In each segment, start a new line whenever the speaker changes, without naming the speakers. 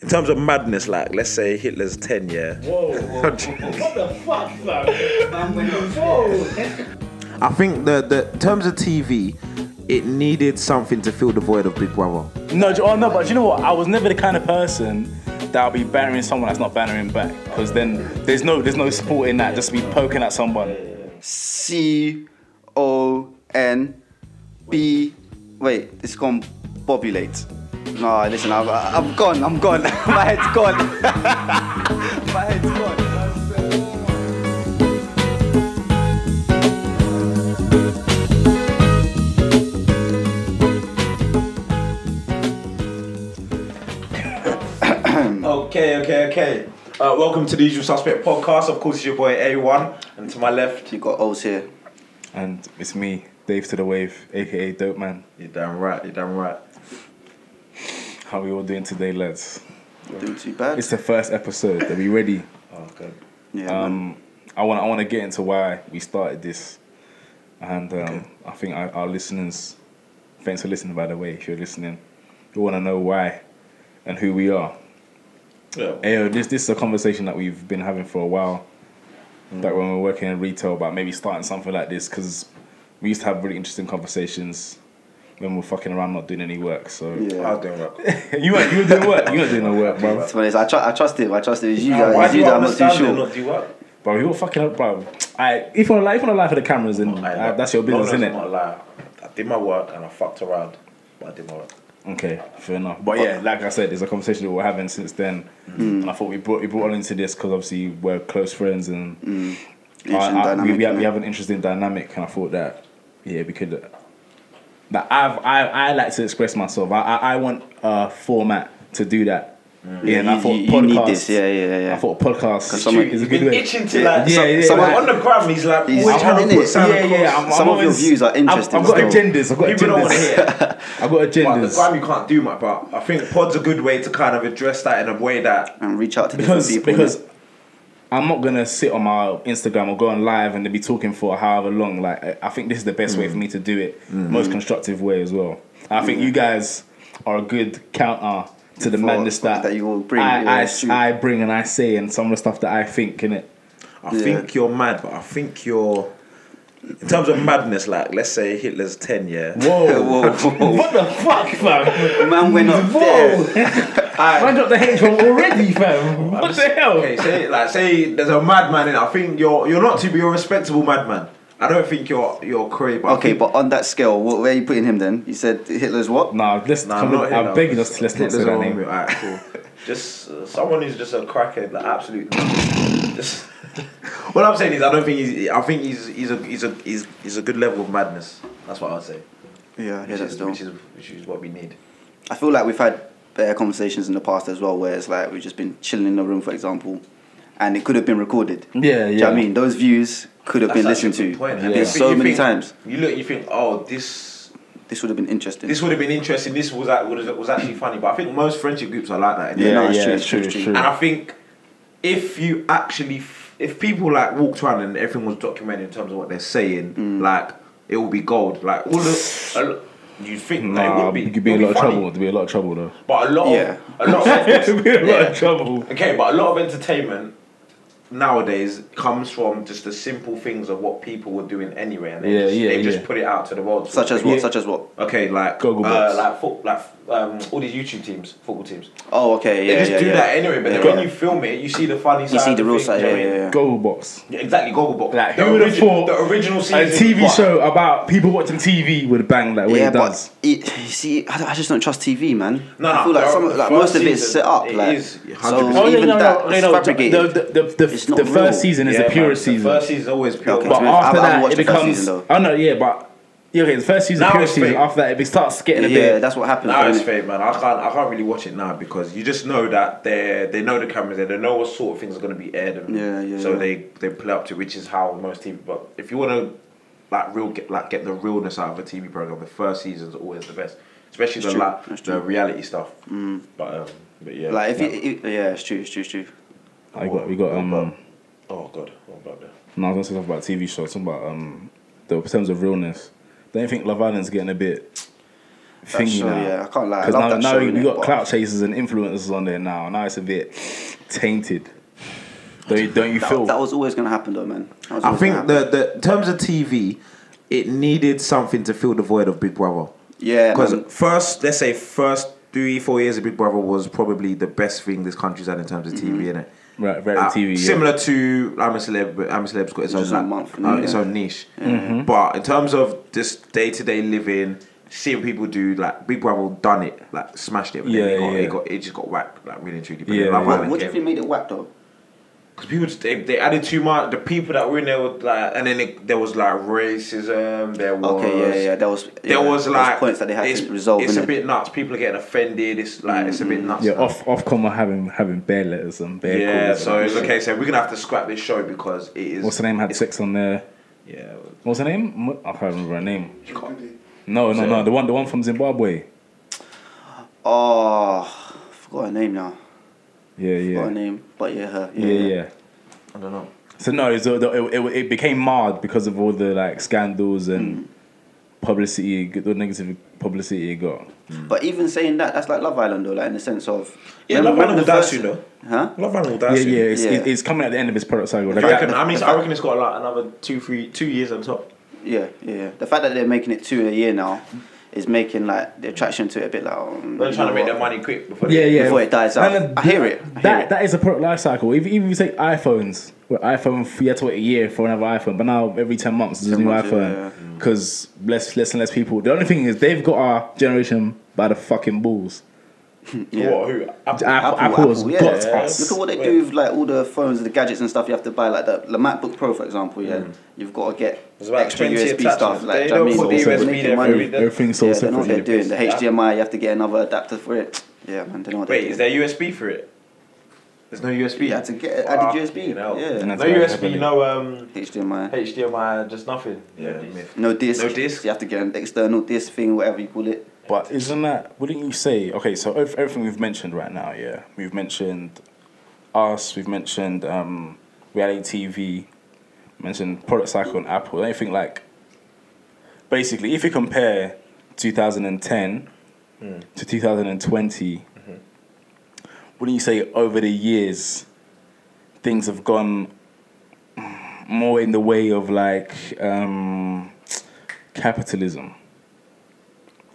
in terms of madness, like let's say Hitler's ten, yeah.
Whoa, whoa, what the fuck, fam?
Man went up
Whoa.
I think the the in terms of TV, it needed something to fill the void of Big Brother.
No, do- oh no, but do you know what? I was never the kind of person that would be bantering someone that's not bantering back, because then there's no there's no sport in that. Just to be poking at someone.
C O N B. Wait, it's gone populate. No, listen, I'm, I'm gone, I'm gone. My head's gone. My head's gone.
Okay, okay, okay. Uh, welcome to the Usual Suspect podcast. Of course, it's your boy A1, and to my left,
You got O's here.
And it's me, Dave to the Wave, aka Dope Man.
you're damn right. You're damn right.
How we all doing today, lads?
Doing too bad.
It's the first episode. Are we ready?
Oh god.
Yeah, man.
Um, I want I want to get into why we started this, and um, I think our, our listeners, thanks for listening by the way. If you're listening, you want to know why, and who we are.
Yeah.
Ayo, this this is a conversation that we've been having for a while. Back when we were working in retail, about maybe starting something like this because we used to have really interesting conversations when we were fucking around not doing any work. So
I
Yeah.
was doing well.
you weren't you were doing work. You weren't doing no work, bro.
To be honest, I, tr- I trust him, I trust him. It's you guys,
Why
it's
do
you
you
that I'm not too
understand
sure.
it? Not do what?
Bro, you were fucking up, bro. I if you want to lie, if you want to lie for the cameras, and uh, that's your business,
no,
isn't
no,
it?
I'm not lying. I did my work and I fucked around, but I did my work.
Okay, fair enough. But yeah, like I said, it's a conversation that we're having since then, and I thought we brought we brought on into this because obviously we're close friends and I- I- we,
Interesting
we,
Mm.
have,
dynamic,
we
innit?
have an interesting dynamic, and I thought that yeah we could. uh, That I've I, I like to express myself. I I, I want a format to do that. Yeah, and I
Mm. You-
thought
you- you
podcast.
need this, yeah, yeah, yeah.
I thought podcast
someone-
is a
He's
good
been
way.
itching to like.
Yeah,
so-
yeah,
someone
yeah.
on the gram, he's like,
He's
"What
out,
channel
innit?
puts
Yeah,
Santa
yeah,
Claus?"
yeah. I'm, I'm
Some of your
always-
views are
I've-
interesting
I've, got
still.
agendas. I've got
People don't want to
agendas.
hear.
I've got
But the
agendas.
gram you can't do much, but I think pod's a good way to kind of address that in a way that
And reach out to different
because
people.
because I'm not gonna sit on my Instagram or go on live and be talking for however long. Like I- I think this is the best way for me to do it, most constructive way as well. I think you guys are a good counter to the
For-
madness that,
that you will bring,
I,
yeah,
I-
it's true.
I bring and I say and some of the stuff that I think in it.
I
Yeah.
think you're mad, but I think you're in terms of madness, like let's say Hitler's ten, yeah.
Whoa!
whoa, whoa.
What the fuck, fam?
man went up
Whoa.
there.
I dropped the hate already, fam. What the hell?
Okay, say like say there's a madman in it. I think you're you're not too you're a respectable madman. I don't think you're you're crazy, but I
Okay,
think-
but on that scale, what, where are you putting him then? You said Hitler's what?
Nah, let's.
Nah,
come
I'm not
on, I'm
Hitler.
begging us. Let's not
Hitler's
say
a
that
homie.
name.
Alright, cool. Just uh, someone who's just a crackhead, like absolute. Just what I'm saying is, I don't think he's. I think he's he's a he's a he's, he's a good level of madness. That's what I would say.
Yeah,
Which
Hitler's
is,
still.
which is which is what we need.
I feel like we've had better conversations in the past as well, where it's like we've just been chilling in the room, for example, and it could have been recorded. Do
Yeah,
you know what I
yeah.
mean? Those views could have been
That's
listened
actually a
to.
good point.
There's
You
so
think- you
many
think-
times.
You look, you think, oh, this
This would have been interesting.
this would have been interesting. This was act- was was actually funny. But I think most friendship groups are like that. innit?
Yeah, no, it's
yeah,
true,
it's
true,
true,
true.
it's true.
And I think if you actually, f- if people like walked around and everything was documented in terms of what they're saying,
Mm.
like it will be gold. Like all the, a lo- you think like, it
Nah,
would be,
you could be
it
in a
would
lot of
funny.
trouble. There'd be a lot of trouble though.
But a lot,
Yeah.
of, a lot. Of,
There'd be a lot of trouble.
okay, but a lot of entertainment nowadays comes from just the simple things of what people were doing anyway, and they
Yeah,
just,
yeah,
they just
yeah.
put it out to the world.
Such as what?
Yeah.
Such as what?
Okay, like
Goggle
uh,
box.
like foot, like um, all these YouTube teams, football teams.
Oh, okay.
They
Yeah,
just
yeah,
do
yeah.
that anyway. But
Yeah,
then when
yeah.
you film it, you see the funny side.
You see
of
the real
things,
side.
you know
Yeah,
what I mean?
yeah, yeah.
Google box.
Yeah, Exactly, Gogglebox.
Like,
the
who would have
origi-
thought
the original
a
season?
TV
what?
show about people watching TV would bang like way
Yeah,
it does.
but it, you see, I, don't- I just don't trust TV, man.
No,
I
no,
feel like,
the-
some,
the
like
first
most of it is
season,
set up.
it
like,
is
so
100%.
Oh, no,
even
no, no,
that,
no,
it's
no,
fabricated.
The, the, the, the,
It's
the
not
first
real.
season is
Yeah,
the purest
man,
season.
The first season is always pure.
Okay.
but
I
after
haven't
that,
watched
it
the first
becomes.
season,
I know, yeah, but. Yeah, okay, the first season
Now
is purest
it's
season.
fake.
After that, it be- starts getting a
yeah,
bit.
that's what happens.
Now it's
innit?
fake, man. I can't. I can't really watch it now because you just know that they they know the cameras there. They know what sort of things are going to be aired. And
Yeah, yeah,
So
yeah.
they they play up to which is how most TV. But if you want to like real get like get the realness out of a TV program, the first season's always the best, especially the
true.
like
That's
the reality stuff. But um, but yeah.
Like, if
no.
you, it, yeah, it's true, it's true, it's true.
I got, we got. um.
oh god, what about that?
No, I was gonna say something about TV shows. Something about um, the in terms of realness. Don't you think Love Island's getting a bit? thingy
show,
now.
yeah, I can't lie, I
'Cause
love
now,
that
now
show,
you, you
innit,
got
but-
clout chasers and influencers on there now. Now it's a bit tainted. Don't you, don't you
That,
feel?
that was always gonna happen, though, man. That was
I
always
think
gonna happen.
the, the in terms of TV, it needed something to fill the void of Big Brother.
yeah,
Because
man.
first, let's say first three, four years of Big Brother was probably the best thing this country's had in terms of TV,
Mm-hmm.
innit?
right, very
Ah,
Uh,
TV. yeah.
Similar to I'm a Celeb, but I'm a Celeb's got its own,
Just a
like,
month,
uh,
yeah.
its own niche.
Mm-hmm.
But in terms of just day to day living, seeing people do like Big Brother done it, like smashed it. But then
Yeah,
it, got,
yeah.
it got it just got whacked, like really and truly. But
Yeah,
then Love
yeah.
What,
Island
what do you
came.
think made it whack though?
Because people just, they, they added too much. The people that were in there were like, and then it, there was like racism. There was
Okay, yeah, yeah, that was yeah,
There was
those
like
points that they had
it's,
to resolve.
It's a
innit? Mm.
bit nuts. People are getting offended. It's like it's a bit nuts.
Yeah,
now.
off Ofcom are having having bear letters and bear
yeah.
calls.
So it's okay. So we're gonna have to scrap this show because it is.
What's her name had sex on there?
Yeah.
What's her name? Mo- I can't remember her name.
You can't,
No, no, no. The one, the one from Zimbabwe.
Oh, I forgot her name now.
Yeah,
Forgot her
yeah,
name, but yeah, her.
yeah, yeah.
I don't know.
So no, so the, it, it, it became marred because of all the like scandals
Hmm.
and publicity, the negative publicity it got.
But even saying that, that's like Love Island, though, like in the sense of
Yeah, Love Island will
the
die
first-
soon though.
Huh?
Love Island will die
yeah,
soon.
yeah, it's,
Yeah.
it- it's coming at the end of its product cycle. Like,
I reckon,
that-
I mean, I reckon it's got like another two, three, two years on top.
Yeah, yeah, yeah. The fact that they're making it two a year now is making like the attraction to it a bit like. Um,
They're
you
trying
know
to make
what?
their money quick before.
yeah,
They,
yeah.
Before it dies
No,
out.
no,
I hear it. I hear
That
it.
that is a product life cycle. Even even if you take iPhones, where iPhone f- you had to wait a year for another iPhone, but now every ten months there's a
10
new
months, yeah, yeah. Mm.
iPhone because less less and less people. The only thing is they've got our generation by the fucking balls.
Yeah.
What? Who? Apple.
Apple,
Apple,
Apple's
Apple, yeah.
got
Yeah.
Look
us.
at what they
Wait.
do with like all the phones, the gadgets and stuff you have to buy, like the, the MacBook Pro, for example. Yeah, you've got to get
Mm. There's about
extra
20
USB
attachments.
stuff. Like,
They
do you know
don't
what I
put
mean?
the
They're
USB
making
there for
money.
every day.
Everything's so
yeah, they know
separate.
what they're doing. The
Yeah.
HDMI, you have to get another adapter for it. Yeah, man, they know what
Wait,
they're
is
doing.
there USB for it? There's no USB.
You had to get added USB.
Fucking hell.
Yeah,
That's
no
why I have
USB,
it.
no um,
HDMI.
HDMI, just nothing. Yeah, myth.
No disc.
No disc.
You have to get an external disc thing, whatever you call it.
But isn't that? Wouldn't you say? Okay, so ev- everything we've mentioned right now, yeah, we've mentioned us, we've mentioned um, reality TV, mentioned product cycle and Apple. Anything like, basically, if you compare 2010 to 2020, wouldn't you say over the years things have gone more in the way of like um, capitalism?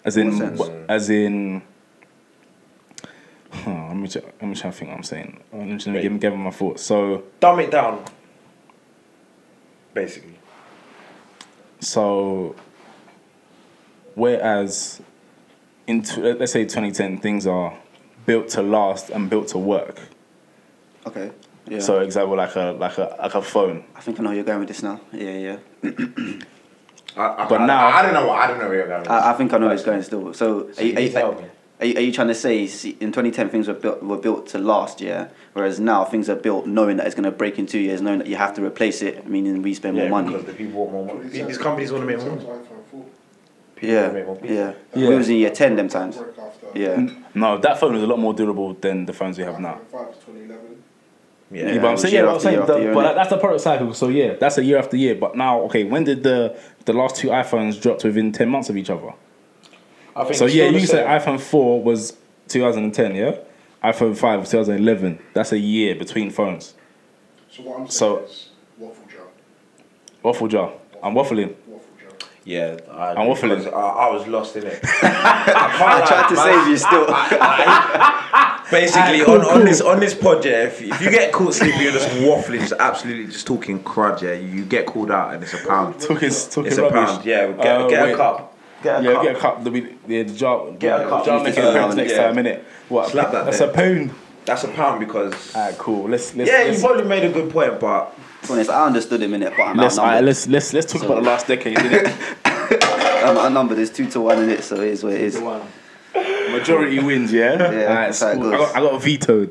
As in,
What sense?
wh- as in. Huh, let me try, let me try to think what I'm saying. Let me, just- let me give, give my thoughts. So
Dumb it down. Basically.
so. Whereas, in tw- let's say 2010, things are built to last and built to work.
Okay. Yeah.
So, example, like a like a like a phone.
I think I know where you're going with this now. Yeah, yeah.
I, I,
But
I,
now-
I, don't know. I don't know where you're going. with this.
I, I think I know where it's going still. So, are, you, are,
you
you,
tell
are,
me.
you, are you trying to say see, in 2010 things were built were built to last, yeah? Whereas now things are built knowing that it's going to break in two years, knowing that you have to replace it, meaning we spend
yeah,
more money.
because the people want more money. These companies want to make more money. people
yeah,
make more people.
yeah,
Yeah. Mm.
We was in year 10 them times. Yeah.
No, that phone is a lot more durable than the phones we have now. Yeah, but I'm saying,
it was
yeah,
year
but I'm
after year
saying,
after
the-
year,
but
innit?
that- that's the product cycle. So yeah, that's a year after year. But now, okay, when did the the last two iPhones dropped within ten months of each other?
I think
So
it's
yeah,
still
you
the
said
same.
iPhone four was 2010, yeah. iPhone five was 2011. That's a year between phones.
So what I'm saying
So-
is waffle jar.
Waffle jar. I'm waffling.
Waffle jar.
Yeah, I,
I'm waffling.
because I, I was lost in it.
I tried to save you still.
Basically, on, on this on this pod, yeah, if, if you get caught sleeping, you're just waffling, just absolutely just talking crud, yeah. You get called out, and it's a pound.
Took his took
It's
his
a
rubbish.
pound. Yeah, get,
Uh,
get
wait.
a cup. Get a
Yeah,
cup.
get a cup. The, the, the jar.
Get a cup.
Jar making
Yeah.
appearance next
Yeah.
time, innit? What?
Slap that
That's
there.
a pound.
That's a pound because.
Alright, cool. Let's let's
yeah, you
let's,
probably made a good point, but
To be honest, I understood him in it, but I'm
let's, all right,
outnumbered.
let's let's let's talk about the last decade. Innit?
I'm outnumbered. It's two to one in it, so it is what it is.
Majority wins, yeah.
that's how it
cool. I
goes.
got I got vetoed.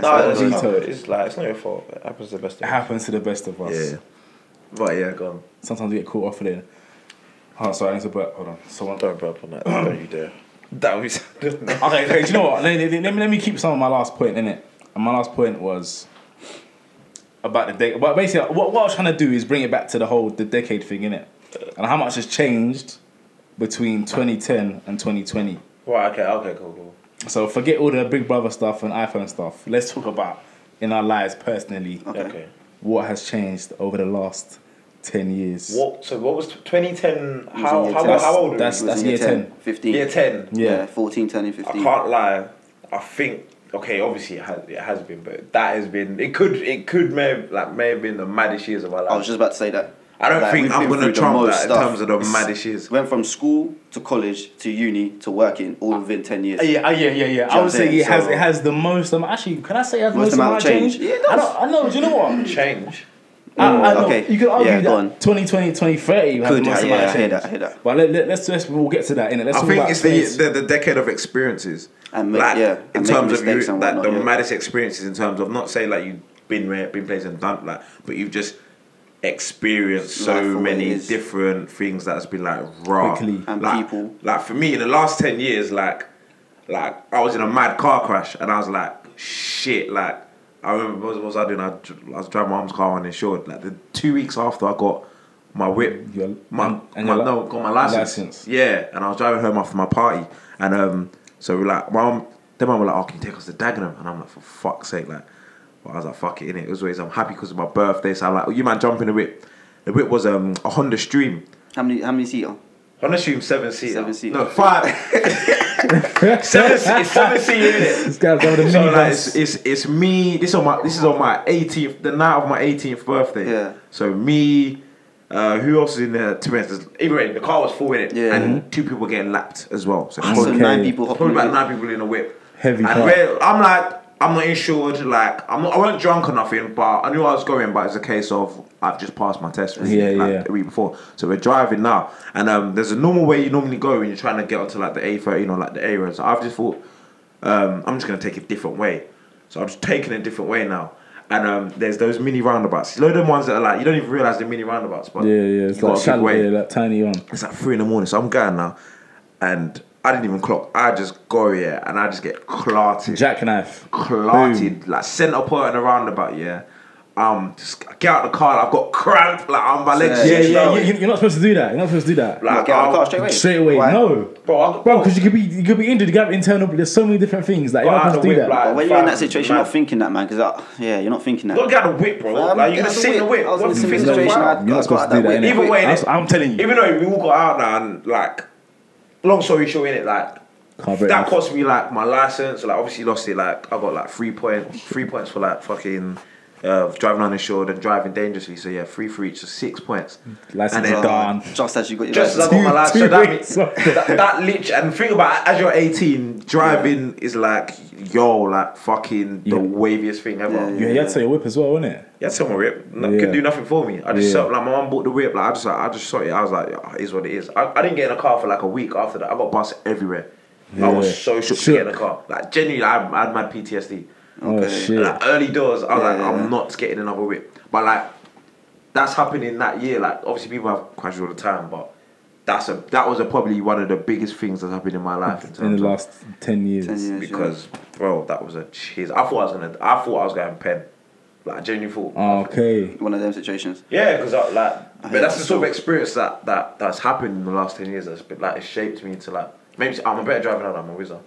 no,
it's
it's,
not-
like it's not your fault. It happens to the best.
It happens to the best of us.
Yeah, but yeah, go on.
Sometimes we get caught off of it. Oh, sorry, I need to burp. Hold on. Someone.
Don't burp on that. Don't you dare. That would be.
Okay, okay. Do you know what? Let, let- let me, let me keep some of my last point in it. And my last point was about the decade. But basically, what, what I was trying to do is bring it back to the whole the decade thing in it, and how much has changed between 2010 and 2020.
Right. Okay. Okay. Cool. Cool.
So forget all the Big Brother stuff and iPhone stuff. Let's talk about in our lives personally
Okay.
what has changed over the last 10 years.
What? So what was 2010?
was in
How?
year
How,
10.
how, how old? were
That's-
It
we?
that's
was in
year 10.
15.
year 10.
Yeah.
14, turning
I
15.
can't lie. I think okay. Obviously, it has, it has been, but that has been. It could. It could may have, like may have been the maddest years of my life.
I was just about to say that.
I don't
Like,
think
we've
I'm
been
gonna
through the
trump
most
that in
stuff.
terms of the
It's-
maddest years.
Went from school to college to uni to working all within 10 years.
Yeah, uh, yeah, yeah, yeah. I
what
would
I'm
say
saying?
it has
So-
it has the most. Um, actually, can I say it has the
Most
most,
amount
amount
of
change?
change? Yeah, it
I
does.
know, I know. Do you know what?
change.
I, I know.
okay.
You could argue
Yeah, go on.
that 2020, 2030 has the
Could,
most amount
yeah, yeah, I
of
hear
change.
that, I hear that.
But let, let, let's, let's we'll get to that in it. Let's
I
talk
think
about
it's the,
space.
the the decade of experiences.
And make- yeah, and
in
making
terms of you,
mistakes and
like the
whatnot, yeah.
maddest experiences in terms of not saying like you've been rare, been places and done like, but you've just experienced
Life for
so
what it
many
is.
different things that's been like raw.
Quickly.
And
like,
people.
Like for me, in the last ten years, like like I was in a mad car crash and I was like, shit, like I remember what was, what was I doing? I, dr- I was driving my mum's car uninsured. Like the two weeks after I got my whip,
Your-
my,
and- and
my
your li-
no, got my license.
license.
Yeah, and I was driving home after my party, and um, so we like, mum, then mum were like, "Oh, can you take us to Dagenham?" And I'm like, "For fuck's sake!" Like, but I was like, "Fuck it, innit?" It was always I'm happy because of my birthday, so I'm like, "Oh, you man, jump in the whip." The whip was um a Honda Stream.
How many, how many seat?
On assume seven C.
Seven seat.
No, five.
Seven C. It's seven C. Isn't it?
This guy's going to
so like,
mini
it's, it's it's me. This on my this is on my 18th, the night of my 18th birthday.
Yeah.
So me, uh, who else is in there? To be honest, there's- anyway, the car was full in it,
Yeah. Mm-hmm. Ah,
and two people were getting lapped as well. So
So
Okay.
nine people
Probably
hopping
about
in.
nine people in a whip.
Heavy
And
car.
where- I'm like, I'm not insured. Like, I'm not, I wasn't drunk or nothing, but I knew where I was going. But it's a case of I've just passed my test.
Yeah,
like,
yeah.
The week before, so we're driving now, and um, there's a normal way you normally go when you're trying to get onto like the A13 or like the A road. So I've just thought, um, I'm just gonna take a different way. So I'm just taking a different way now. And um, there's those mini roundabouts. You know them ones that are like you don't even realize they're mini roundabouts, but
Yeah, yeah. It's
you gotta
like
keep
shallow,
waiting.
yeah, that tiny one.
It's like three in the morning, so I'm going now, and I didn't even clock. I just go here and I just get clarted,
Jackknife.
clarted, like centre point and a roundabout. Yeah, um, just I get out the car. I've got cramp. Like I'm my legs.
Yeah,
just
yeah.
low.
You, you're not supposed to do that. You're not supposed to do that.
Like,
Get out of
I'll-
the car straight away.
Straight away,
Why?
no,
Bro, I-
bro, because you could be you could be injured. You could have internal. There's so many different things like you're
Got
not
out
supposed
the
to do
whip,
that.
like-
But when you're in that
Five,
situation, you're
man.
not thinking that, man. Because yeah, you're not thinking that.
Got to get out of the whip, bro. like
Um,
you're
get
gonna
out the
sit in the
whip.
whip.
I was in
What's
a
the
similar
thing?
situation.
Like,
I-
You're
I
not
got
supposed
out
to do that.
that whip.
innit?
Either way,
I'm,
innit?
I'm telling you,
Even though we all got out now, and like, long story short, in it, like
Can't break
that
that.
cost me like my license. Like obviously lost it. Like I got like three point three points for like fucking uh, driving uninsured and driving dangerously. So yeah, three for each, so six points.
License
And
is
then-
done.
Just as you got your
just as I got
license.
my
Two-
life,
two
so that,
weeks.
mean- that that lich and think about it, as
As
you're
you're 18, driving is like yo, like fucking the
Yeah.
waviest thing ever.
Yeah,
You, you had to say your whip as well, wasn't it?
Yeah, someone whip. No,
Yeah.
Could do nothing for me. I just
Yeah.
sort- like my mum bought the whip. Like I just like, I just saw it. I was like, oh, it is what it is. I, I didn't get in a car for like a week after that. I got bus everywhere. I
Yeah.
was so shook, to get in a
Shook.
car. Like genuinely, I, I had mad PTSD.
Oh shit!
Like early doors, I was
Yeah,
like,
yeah,
I'm
yeah.
not getting another whip. But like, that's happening that year. Like obviously people have crashes all the time, but that's a that was a, probably one of the biggest things that's happened in my life in terms
in
of
the last ten years.
10 years, yeah.
because bro, that was a cheese. I thought I was gonna, I thought I was going pen. Like I genuinely thought.
Ah, Okay.
One of them situations.
Yeah, because I like,
hate
but that's
that
the sort of experience that that that's happened in the last ten years. That's been, like it's shaped me into like maybe I'm a better driver now. than I'm a wizard.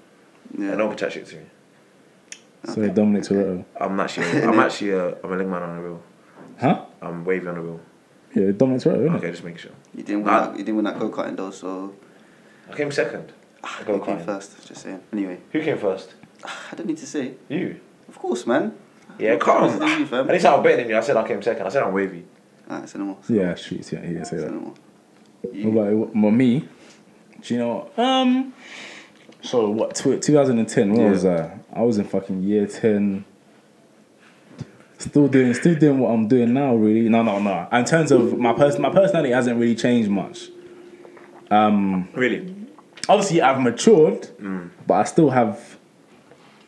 Yeah.
And no one can chat shit to me.
So Dominic Toretto,
I'm actually, I'm actually, a, I'm a leg man on the wheel.
huh?
I'm wavy on the wheel.
Yeah, Dominic Toretto. Innit?
Okay, just make sure.
You didn't win
Nah.
that. You didn't win that go karting though, so
I came second. I
Ah, you
got
came
mine.
first. Just saying. Anyway,
Who came first?
I don't need to say.
You.
Of course, man.
Yeah,
This
come
is Ah, you,
on.
Ah,
fam.
At least I'm better than you. I said I came second. I said I'm wavy.
Alright, say no more.
Yeah, streets. Yeah, he didn't say
Say
that.
no more.
What about what- what me? Do you know? Um. So what? Tw- 2010. Where was I? I was in fucking year 10. Still doing, still doing what I'm doing now. Really, no, no, no. In terms of my person, my personality hasn't really changed much.
Really?
Obviously, I've matured,
Mm.
but I still have.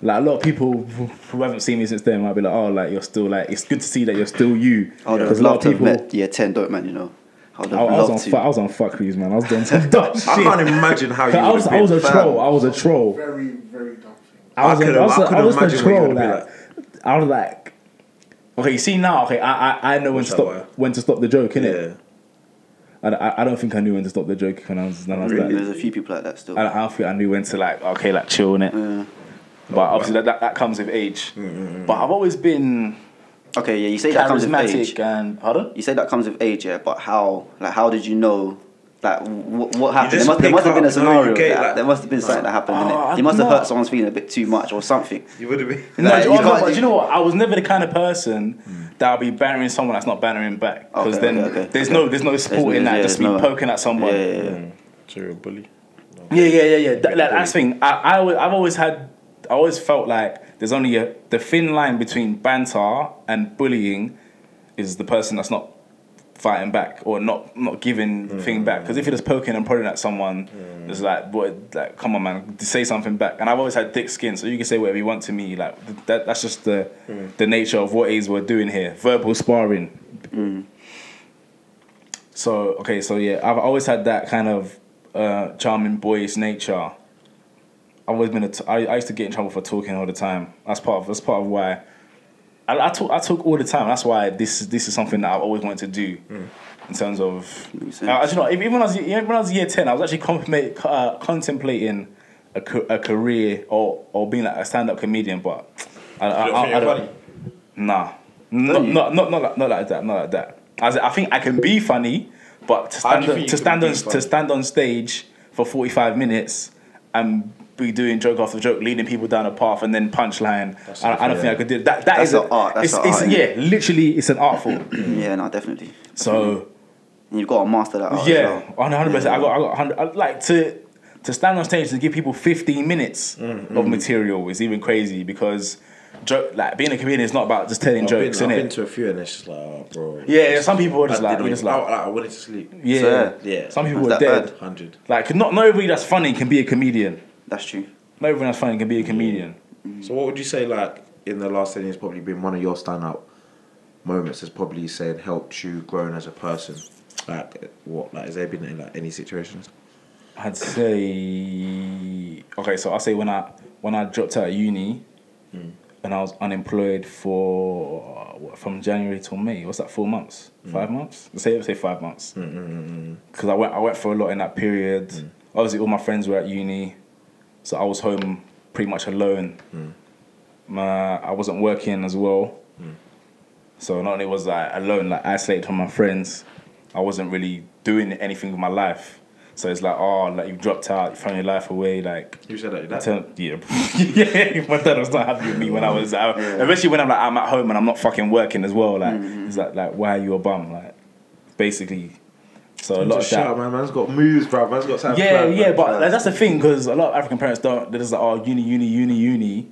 Like a lot of people who who haven't seen me since then might be like, "Oh, like you're still like it's good to see that you're still you."
I would have
a lot
Oh, loved
of
to have
people.
met year ten, don't man. You know. I would
I,
have
I was on,
loved to.
fu- I was on fuckeries, man. I was doing some dumb shit.
I can't imagine how you
I
would
was,
have
I
been.
was a troll. I was a troll.
Very, very dumb thing.
I was,
I
I
could've-
I was,
I
I
could've
was
imagined what
control.
you would've
Like, I was like, okay, you see now, okay, I I, I know when to
that
stop
wire?
when to stop the joke, innit?
Yeah.
I, I, I don't think I knew when to stop the joke when I was, when I was like,
There's a few people like that still.
I, I don't think I knew when to like okay like chill in it. But obviously that, that that comes with age. But I've always been
Okay, yeah, you say that comes with age.
charismatic and pardon.
You say that comes with age, yeah, but how? Like, how did you know? Like, wh- what happened? There
just
must, there
pick
must have been a
up, no, you
scenario.
get,
that-
like-
there must have been something that happened.
Oh,
innit?
I
You must have
dunno.
hurt someone's feeling a bit too much or something.
You would have been.
No,
Like,
do
you
you, know,
can't-
but do you know what? I was never the kind of person that would be bantering someone that's not bantering back. Because
Okay,
then
okay, okay,
there's
okay.
no there's no sport
no-
in that.
yeah,
just be
there's no-
poking at someone.
Yeah, yeah, yeah.
You're a bully.
Yeah, yeah, yeah, yeah. That, like, that's the thing. I, I, always- I've always had, I always felt like there's only a the thin line between banter and bullying is the person that's not fighting back or not not giving thing back. Because if you're just poking and prodding at someone, it's like, boy, like, come on, man, say something back. And I've always had thick skin, so you can say whatever you want to me. Like th- that, that's just the the nature of what is we're doing here. Verbal sparring. So okay, so yeah, I've always had that kind of uh, charming boyish nature. I've always been a t- I, I used to get in trouble for talking all the time. That's part of that's part of why I, I talk I talk all the time. That's why this this is something that I've always wanted to do.
Hmm.
In terms of,
Makes
I, you know, even when I was even when I was year ten, I was actually contemplate, uh, contemplating a, ca- a career or or being like a stand up comedian, but I, I,
You don't
I-
think
I
you're
don't-
funny?
Nah, not not not not like, not like that. Not like that. As in, I think I can be funny, but to
How do
stand
you
on,
think you
to
can
stand
be
on
funny?
to stand on stage for forty five minutes and be doing joke after joke, leading people down a path, and then punchline. I, I don't think I could do that.
That's
that's
an art, that's
it's,
an
it's,
art,
yeah, literally, it's an art form.
Yeah, no, definitely.
So
And you've got to master
Oh,
that. Art as
yeah,
well.
one hundred percent. I got, I got, 100, I, like to to stand on stage to give people fifteen minutes
Mm,
of material is even crazy because joke like being a comedian is not about just telling
I've been,
jokes,
I've been
innit?
to a few and it's just like, oh, bro.
Yeah, yeah, some people are just
I,
like,
didn't
you're
even-
just like,
I, I wanted to sleep.
yeah,
Yeah.
Yeah.
Some people
Is
are
that
dead.
bad?
hundred.
Like, not not everybody that's funny can be a comedian.
That's true.
Not everyone that's funny can be a comedian.
So what would you say like in the last ten years probably been one of your standout moments has probably said helped you grown as a person? Like what like has there been in like any situations?
I'd say okay, so I'll say when I when I dropped out of uni and I was unemployed for what, from January till May. What's that? Four months? Five months? Say say five months. Because I went I went for a lot in that period. Obviously, all my friends were at uni, so I was home pretty much alone. My I wasn't working as well. So not only was I alone, like isolated from my friends, I wasn't really doing anything with my life. So it's like, oh, like you dropped out, you found your life away, like
You said that,
I
that
tell, yeah, yeah. My dad was not happy with me when I was, out. especially when I'm like I'm at home and I'm not fucking working as well. Like
Mm-hmm.
he's like, like why are you a bum? Like basically, so a lot of
Just
that.
shout out, man. Man's got moves, bro. Man's got something.
Yeah,
planned,
yeah,
man.
but like, that's the thing because a lot of African parents don't. They're just like, oh, uni, uni, uni, uni.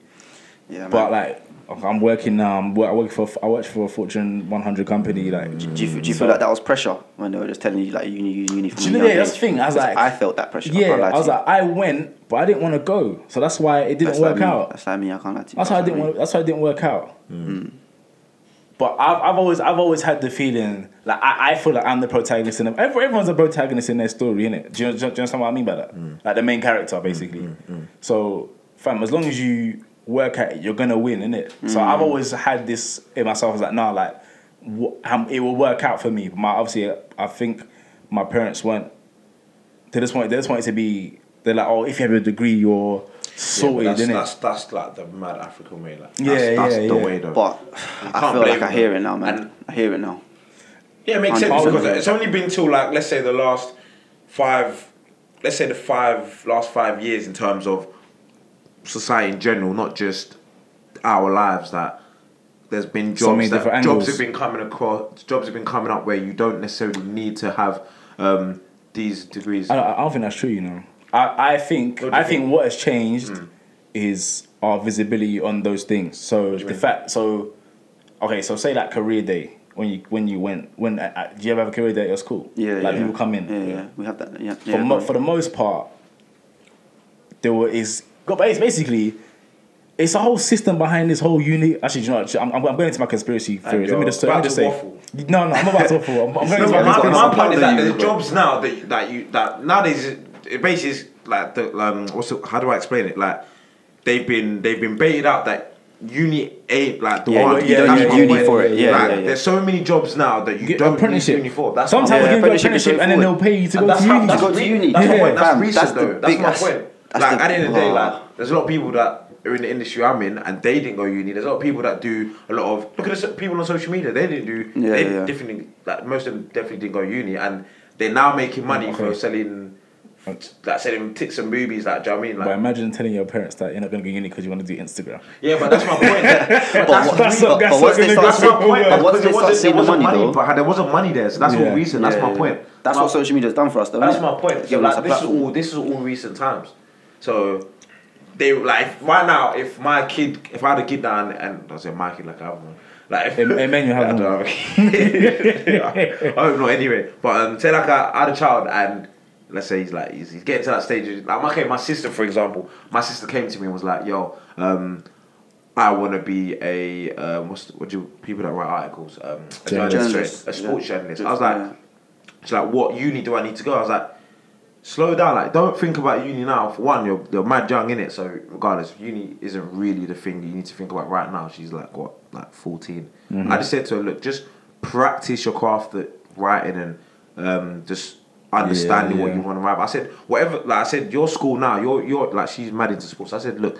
Yeah,
But
man.
like, I'm working now. I'm, wor- I work for I work for a Fortune 100 company. Like,
do you, do you feel like that was pressure when they were just telling you like uni, uni, uni?
Do
From
you know,
a young
yeah, that's
age?
the thing, I was
'Cause
like-
I felt that pressure. I
yeah,
can't lie
I
to
was
you.
like, I went, but I didn't want to go. So that's why it didn't
That's like
work
me.
out.
That's like me. I can't lie to you.
That's why I
like
didn't.
me.
Work, that's why it didn't work out. But I've, I've always I've always had the feeling like I, I feel like I'm the protagonist in them. Every, everyone's a protagonist in their story, innit? Do you, do you understand what I mean by that?
Mm.
Like the main character, basically. So, fam, as long as you work at it, you're gonna win, innit? So
Mm.
I've always had this in myself. I was like, nah, like wh- um, it will work out for me. My obviously, I think my parents weren't. They just wanted. They just wanted to be. They're like, oh, if you have a degree, you're
Yeah, but
sorted,
that's,
innit?
that's, that's like the mad African way. Like, that's,
Yeah,
that's
yeah,
the
yeah.
way though.
But I
can't
feel like
blame
I hear it
them.
now, man.
And-
I hear it now.
Yeah, it makes sense
Hundred
because
percent.
it's only been till like let's say the last five, let's say the five last five years in terms of society in general, not just our lives. That there's been
So many
jobs that
different
jobs
angles.
have been coming across, jobs have been coming up where you don't necessarily need to have um, these degrees.
I don't, I don't think that's true, you know. I, I think I think, what has changed is our visibility on those things. So the fact, so okay, so say like career day when you when you went when uh, uh, do you ever have a career day at your school?
Yeah,
like
yeah.
people come in.
Yeah, yeah, we have that. Yeah,
For,
yeah,
mo-
bro.
for the most part, there were is but it's basically. It's a whole system behind this whole unit. Actually, do you know, what? I'm, I'm I'm going into my conspiracy theories. Let
you're
me just, let me
about
just
to
say.
waffle.
No, no, I'm about to waffle. I'm, I'm going
No, but
into my
my,
conspiracy.
my point is that
Yeah.
there's jobs now that that you that nowadays it basically is like the um what's the, how do I explain it like they've been they've been baited out that
uni ain't like the
Yeah,
one.
you don't
That's
need
my
uni
point.
for it. Yeah,
Like,
yeah, yeah.
There's so many jobs now that you
Get
don't
apprenticeship.
need uni for. That's
Sometimes
my
you
Yeah,
can go
apprenticeship is
apprenticeship and then they'll
straightforward.
pay you to
And
go
that's
to
how-
uni.
that's
go to
re-
uni.
That's my
Yeah,
point. That's
fam,
research
that's the
though. That's
big-
my
that's-
point.
that's
Like
the-
at the end of the day,
Oh.
like there's a lot of people that are in the industry I'm in and they didn't go uni. There's a lot of people that do a lot of look at the so- people on social media. They didn't do.
Yeah,
they
yeah.
Definitely, like most of them definitely didn't go uni, and they're now making money for selling. Like selling tits and boobies, like do you know what I mean?
But
Like,
imagine telling your parents that you're not going to go uni because you want to do Instagram.
yeah, but that's my point. but
But
that's
what-
that's
but-
that's
but once
not gonna
they start
go somewhere.
seeing- but once they
Because
start
there
seeing the
wasn't
money though,
but there wasn't money there, so that's
Yeah.
what reason. That's my
yeah,
point.
That's
My-
what social media's done for us, though.
That's
innit?
my point. So
Giving us
like
a
this is
platform.
all this is all recent times. So they like right now. If my kid, if I had a kid down and I say my kid like I have one, like if,
Em- Emmanuel
I
has
don't
one.
know. I hope not. Anyway, but um, say like I, I had a child and. Let's say he's like he's, he's getting to that stage. Like my, okay, my sister, for example, my sister came to me and was like, "Yo, um, I want to be a um, what's what do you, people that write articles? Um, a
Journalist.
journalist,
Journalist,
a sports
yeah.
journalist." I was like,
Yeah.
She's like, what uni do I need to go? I was like, slow down. Like, don't think about uni now. For one, you're, you're mad young in it. So regardless, uni isn't really the thing you need to think about right now. She's like, what, like 14?
Mm-hmm.
I just said to her, look, just practice your craft that writing and um, just understanding what
yeah.
you want to write. But I said, whatever, like I said, your school now, you're, you're like, she's mad into sports. I said, look,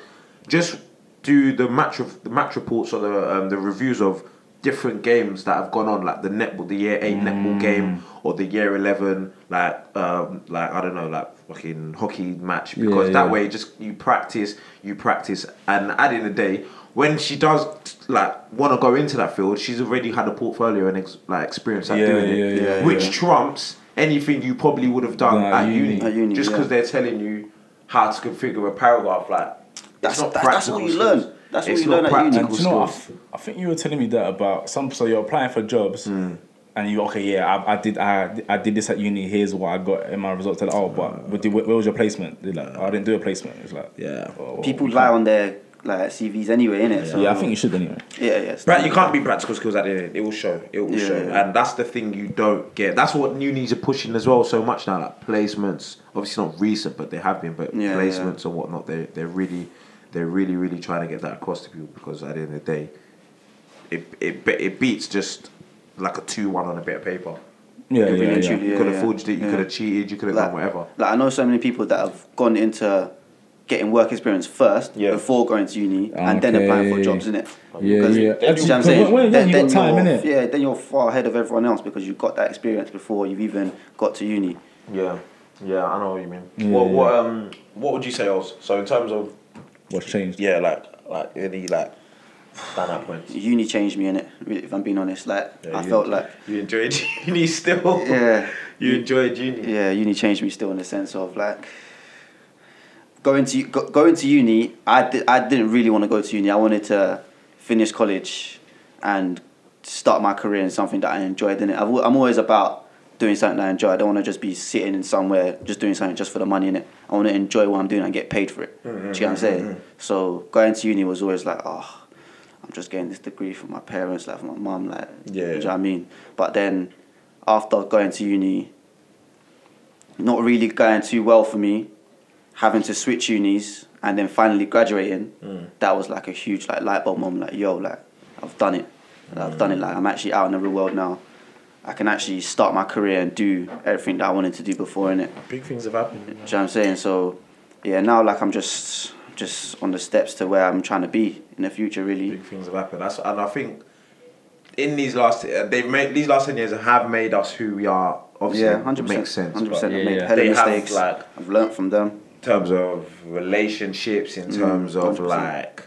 just do the match of the match reports or the um, the reviews of different games that have gone on, like the netball, the year eight
Mm.
netball game or the year eleven, like um, like I don't know, like fucking hockey match. Because that
yeah.
way, just you practice, you practice, and at the end of the day, when she does like want to go into that field, she's already had a portfolio and ex- like experience at
Yeah,
doing it,
yeah, yeah,
which
yeah.
trumps anything you probably would have done
Nah,
at
uni.
uni,
At uni,
just
yeah.
because they're telling you how to configure a paragraph, like.
That's-
It's not
that's- that's
practical
what you
skills.
learn. That's what
It's
you
not
learn at uni.
practical
And do you know, what? I,
skills.
f- I think you were telling me that about some. So you're applying for jobs,
Hmm.
and you okay? Yeah, I, I did. I, I did this at uni. Here's what I got in my results. They're like, oh, but what did, where was your placement? They're like, oh, I didn't do a placement. It's like,
Yeah.
oh, well,
People
we
lie
can't-
on their like CVs anyway, innit? So
Yeah, I think you should anyway.
yeah, yeah.
Right, you can't be practical skills at the end. It will show. It will
Yeah.
show, and that's the thing you don't get. That's what unis are pushing as well so much now. Like placements, obviously not recent, but they have been. But
Yeah,
placements and whatnot, they they're really, they're really really trying to get that across to people because at the end of the day, it it be- it beats just like a two one on a bit of paper.
Yeah,
Could be
yeah, yeah.
literally-
You could have
yeah.
forged it. You
Yeah.
could have cheated. You could have
like,
done whatever.
Like I know so many people that have gone into getting work experience first
Yeah.
before going to uni and then applying for
Okay.
jobs, innit?
Yeah,
Because-
yeah.
do you know what I'm
Because
saying?
when- yeah,
Then-
you
then
got time,
you're-
innit?
Yeah, then you're far ahead of everyone else because you've got that experience before you've even got to uni.
Yeah, yeah, I know what you mean.
Yeah,
what
yeah.
what um what would you say else? So in terms of
What's changed?
yeah, like like any like standout points.
Uni changed me, innit? Really, If I'm being honest, like
Yeah,
I
you-
felt like
You enjoyed uni still.
yeah.
You enjoyed uni.
yeah, uni changed me still in the sense of like going to go, going to uni. I di- I didn't really want to go to uni. I wanted to finish college and start my career in something that I enjoyed. In it, I've, al- I'm always about doing something that I enjoy. I don't want to just be sitting in somewhere just doing something just for the money. In it, I want to enjoy what I'm doing and get paid for it. Do you get what I'm saying? So going to uni was always like, oh, I'm just getting this degree from my parents, like from my mum, like.
Yeah.
Do you know what I mean? But then after going to uni, not really going too well for me, having to switch unis and then finally graduating,
Mm.
that was like a huge like light bulb moment. Like yo, like I've done it, Like, I've done it. Like I'm actually out in the real world now. I can actually start my career and do everything that I wanted to do before in it.
Big things have happened.
Do you know what I'm saying? So, yeah, now like I'm just just on the steps to where I'm trying to be in the future. Really,
Big things have happened. That's and I think in these last uh, they've made these last ten years have made us who we are. Obviously,
yeah, hundred percent,
makes sense.
Hundred
but
percent.
yeah,
I've made
yeah.
hella
They have,
mistakes.
like-
I've learnt from them.
in terms of relationships, in
Mm,
terms of
100%.
like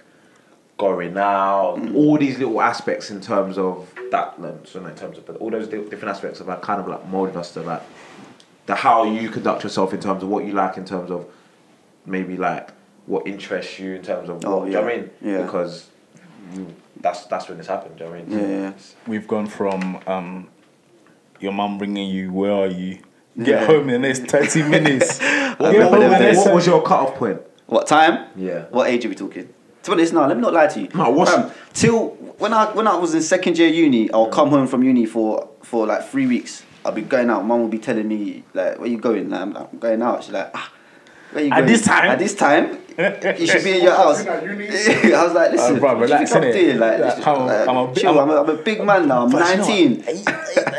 going out,
Mm.
all these little aspects in terms of that. No, so not in terms of, but all those di- different aspects have like kind of like molded us to like the how you conduct yourself in terms of what you like, in terms of maybe like what interests you, in terms of
Oh,
what, do you know what I
yeah.
mean?
Yeah.
Because you- that's that's when this happened. Do you know what I mean?
Yeah, yeah.
We've gone from um, your mum bringing you, where are you? Get
Yeah.
home in the next 30 minutes. Get
What,
home
what-
in the
what-
next
what was your cut off point?
What time?
Yeah.
What age are we talking? To be honest, no, let me not lie to you.
No, what's-
Fam, till when I when I was in second year uni, I'll come home from uni for for like three weeks. I'll be going out. Mum will be telling me like, "Where you going?" Like, I'm, like, I'm going out. She's like, ah, Where you
At
going?
this time?
At this time, you should be in your house.
Something that you need.
I was like, listen,
Uh, bruv,
what do you
relax,
think I'm
innit?
doing? Like,
Like,
this-
I'm a-
like,
I'm a bit-
chill,
I'm
I'm, a, I'm a big man now. I'm 19.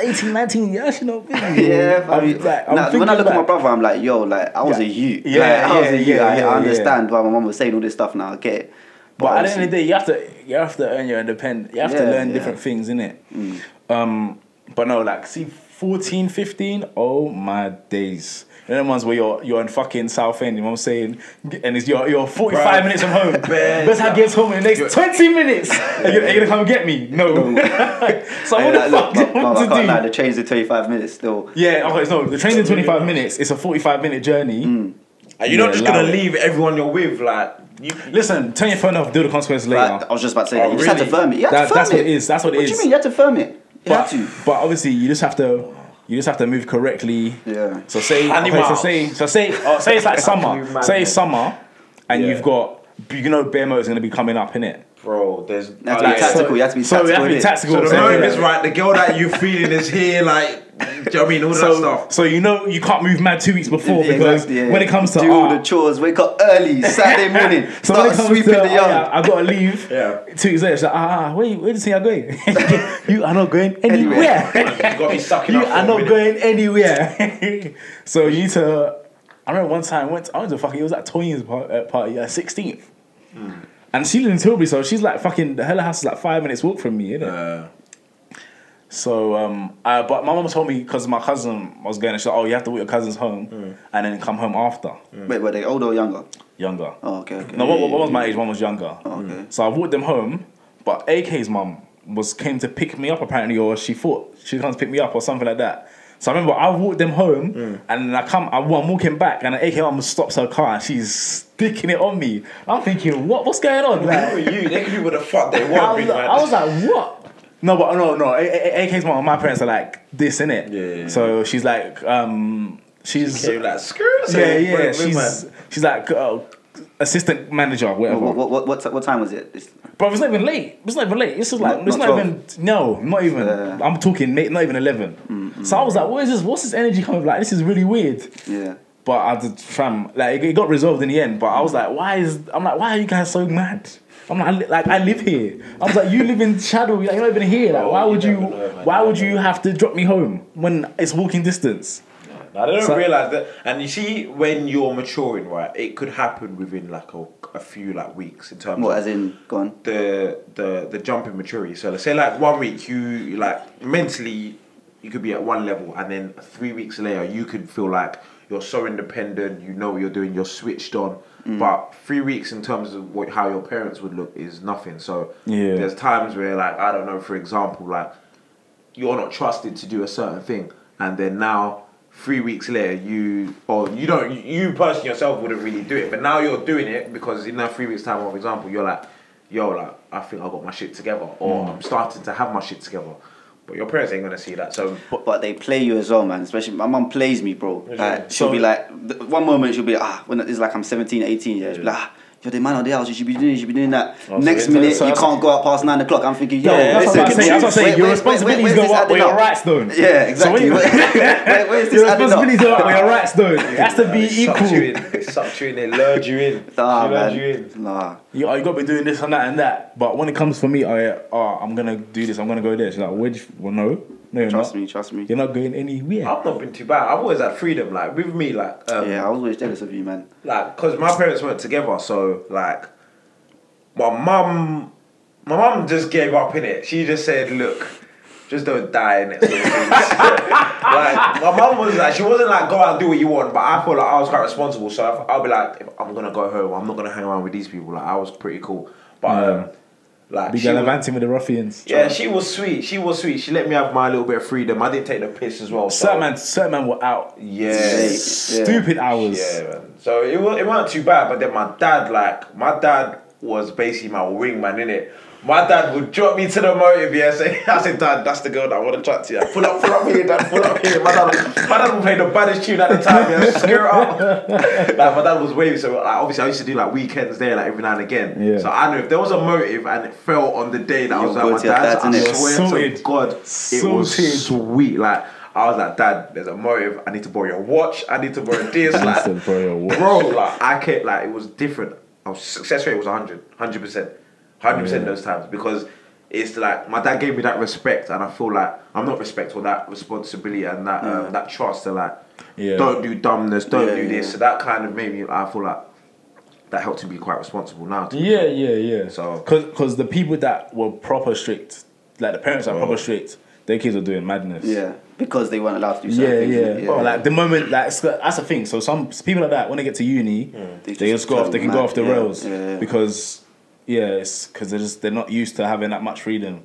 18, 19, yeah, she not
Yeah, fam.
I'm like, I'm
Nah, when I
thinking
look at my
like-
brother, I'm like, yo, like I was
Yeah.
a you.
Yeah,
like, I was
yeah,
a
yeah,
you. I,
yeah,
I
yeah.
understand why my mom was saying all this stuff now. I get it.
But at the end
obviously-
of the day, you have to you have to earn your independence. You have to
Yeah,
learn
yeah. Mm.
different things, innit? Um, but no, like see, 14, 15, oh my days. And then ones where you're you're in fucking Southend, you know what I'm saying? And it's you're you're 45
Bruh.
minutes from home.
Man,
Best I gets home in the next
You're-
20 minutes. Are you, are you gonna come get me? No. so
Hey,
what the fuck
like, look,
do
mum,
you
mum,
want
I
to
can't
do?
lie, the train's in 25 minutes still.
Yeah, okay, so the train's in 25 minutes, it's a 45 minute journey.
Mm.
And you're not
Yeah,
just gonna
allow it.
leave everyone you're with, like you.
Listen, turn your phone off, deal with the consequences later.
Like, I was just about to say, that. you just had to
really?
firm it. You had
Oh, That-
to firm
that's
it.
what it is, that's what it
what
is.
do you mean? You had to firm it. You had
but,
to.
but obviously you just have to you just have to move correctly.
Yeah.
So say
Animals.
okay, so say so say oh, say it's like summer.
you mad,
Say
man?
it's summer and you've got you know bear mode is gonna be coming up in it.
Bro, there's.
You
Oh,
had to be tactical. You had to be
So you have
tactical.
to be
innit?
tactical.
So the
so,
moment is right. The girl that you feeling is here, like, do you know what I mean? All that
so,
stuff.
so you know you can't move mad two weeks before
Yeah,
because
exactly, yeah.
when it comes to
do all
ah,
the chores, wake up early Saturday morning,
so when
start
it comes
sweeping
to
the
oh, yeah,
yard.
I gotta leave.
Yeah.
Two weeks later, it's like ah, where you, where do you think I'm going? you are not going anywhere.
You gotta be sucking
You
up. for
are
a
not
minute.
going anywhere. so you need to. I remember one time I went. To, I went to fucking. It was at Toyin's par- uh, party, uh, 16th. And she lives in Tilbury, so she's like fucking. Her house is like five minutes walk from me, innit?
Uh,
So, um, I, but my mum told me because my cousin was going. She's like, "Oh, you have to wait your cousins home and then come home after."
Wait, were they older or younger?
Younger.
Oh, okay, okay.
No, one, one was my age, one was younger.
Oh,
Mm.
okay.
So I walked them home, but AK's mum was came to pick me up apparently, or she thought she was going to pick me up or something like that. So I remember I walked them home,
Mm.
and then I come, I, am walking back, and AK mum stops her car, and she's sticking it on me. I'm thinking, what, what's going on?
Who are
Like,
you? They can do what the fuck they
I,
want.
was
big
like,
man.
I was like, what? No, but no, no. A- A- A- AK's mum, and my parents are like this, innit?
Yeah, yeah, yeah.
So she's like, um, she's
So you're like, screw us,
yeah,
man.
yeah.
Wait, wait, Oh,
she's
man.
she's like uh, assistant manager, whatever.
What, what, what, what, what time was it? It's-
Bro, it's not even late. It's not even late. It's just like
Not-
it's
not
not, even no, not even.
Yeah.
I'm talking mate, not even 11 So I was like, what is this? What's this energy coming? from? Like this is really weird.
yeah.
But I did fam like it, it got resolved in the end. But I was like, why is I'm like, why are you guys so mad? I'm like, I li- like I live here. I was like, you live in shadow. Like, you're not even here.
Oh,
Like,
Bro,
why
you
would you?
never know, man.
why
You
would
never
you have to drop me home when it's walking distance?
I don't
So-
realize that. And you see, when you're maturing, right, it could happen within like a, a few like weeks in terms
What,
of
as in, go on.
the the the jump in maturity. So let's say like one week you like mentally you could be at one level, and then three weeks later you could feel like you're so independent. You know what you're doing. You're switched on. But three weeks in terms of what, how your parents would look is nothing. So
Yeah.
there's times where like I don't know, for example, like you're not trusted to do a certain thing, and then now three weeks later you or you don't you personally yourself wouldn't really do it, but now you're doing it because in that three weeks time, for example, you're like, yo, like I think I got my shit together, or
Mm.
I'm starting to have my shit together, but your parents ain't gonna see that, so
But, but they play you as well, man. Especially my mum plays me, bro. Like, she'll be like, th- one moment she'll be like, ah, when it's like I'm 17, 18, yeah, she'll be like, ah, you're the man of the house, you should be doing this, you should be doing that. Next
Oh, so-
minute,
so
you
that's-
can't go out past nine o'clock. I'm thinking, yo,
No, that's
listen,
what I'm saying. That's what I'm saying.
where-
Your
where- where- where-
responsibilities
where's
go
this
up where
adding
your rights don't.
Yeah,
So when
exactly.
you-
where, where is this
Your
adding up?
responsibilities are where your rights don't. It has to be
They sucked
equal.
you in, they sucked you in, they lured you in,
Nah,
they lured you
man.
in.
Nah.
you, oh, you gotta be doing this and that and that. But when it comes for me, I oh, I'm gonna do this. I'm gonna go there. She's like, which? Well, no, no, you're
Trust
not.
me, trust me.
You're not going anywhere.
I've not been too bad. I've always had freedom, like with me, like um,
Yeah, I was always jealous of you, man.
like because my parents weren't together so like my mum my mum just gave up in it she just said look just don't die in it like my mum was like she wasn't like go out and do what you want but I felt like I was quite responsible so I've- I'll be like if I'm gonna go home I'm not gonna hang around with these people like I was pretty cool but um like
Mm. Be
she was-
gallivanting with the ruffians.
yeah she was sweet she was sweet she let me have my little bit of freedom I didn't take the piss as well so
Certain man, certain man were out
yeah
stupid hours.
yeah, man. So it was, it wasn't too bad, but then my dad, like, my dad was basically my wingman, innit? My dad would drop me to the motive, yeah. Say, I said, Dad, that's the girl that I want to chat to. Yeah. Pull up, pull up here, Dad, pull up here. My dad, was- my dad would play the baddest tune at the time, yeah. Screw it up. like, my dad was wavy, so like, obviously I used to do like weekends there, like every now and again.
Yeah.
So I knew if there was a motive and it fell on the day that I was
You'll go
at my
to your
dad's,
dad's,
I
innit?
swear to
Sorted.
God, it was
Sorted.
sweet. Like I was like, Dad, there's a motive. I need to borrow your watch. I need to borrow this.
I need
like,
to borrow your watch.
Bro, like, I kept, like, it was different. Our success rate was 100, 100%. 100% those times because it's like my dad gave me that respect and I feel like I'm not respectful that responsibility and that um, that trust to like
Yeah.
don't do dumbness don't
Mm. Yeah,
do this
yeah.
so that kind of made me I feel like that helped me be quite responsible now to
Yeah, yeah, yeah.
So-
because the people that were proper strict, like the parents are proper strict, their kids are doing madness.
Yeah, because they weren't allowed to do
Yeah,
certain
yeah.
things.
But like the moment, like it's- that's the thing. So some people like that, when they get to uni, they,
Mm. They
just,
just
go off. They
turn
can go
mad,
off the
yeah,
rails
yeah, yeah.
because yeah, it's because they're just they're not used to having that much freedom.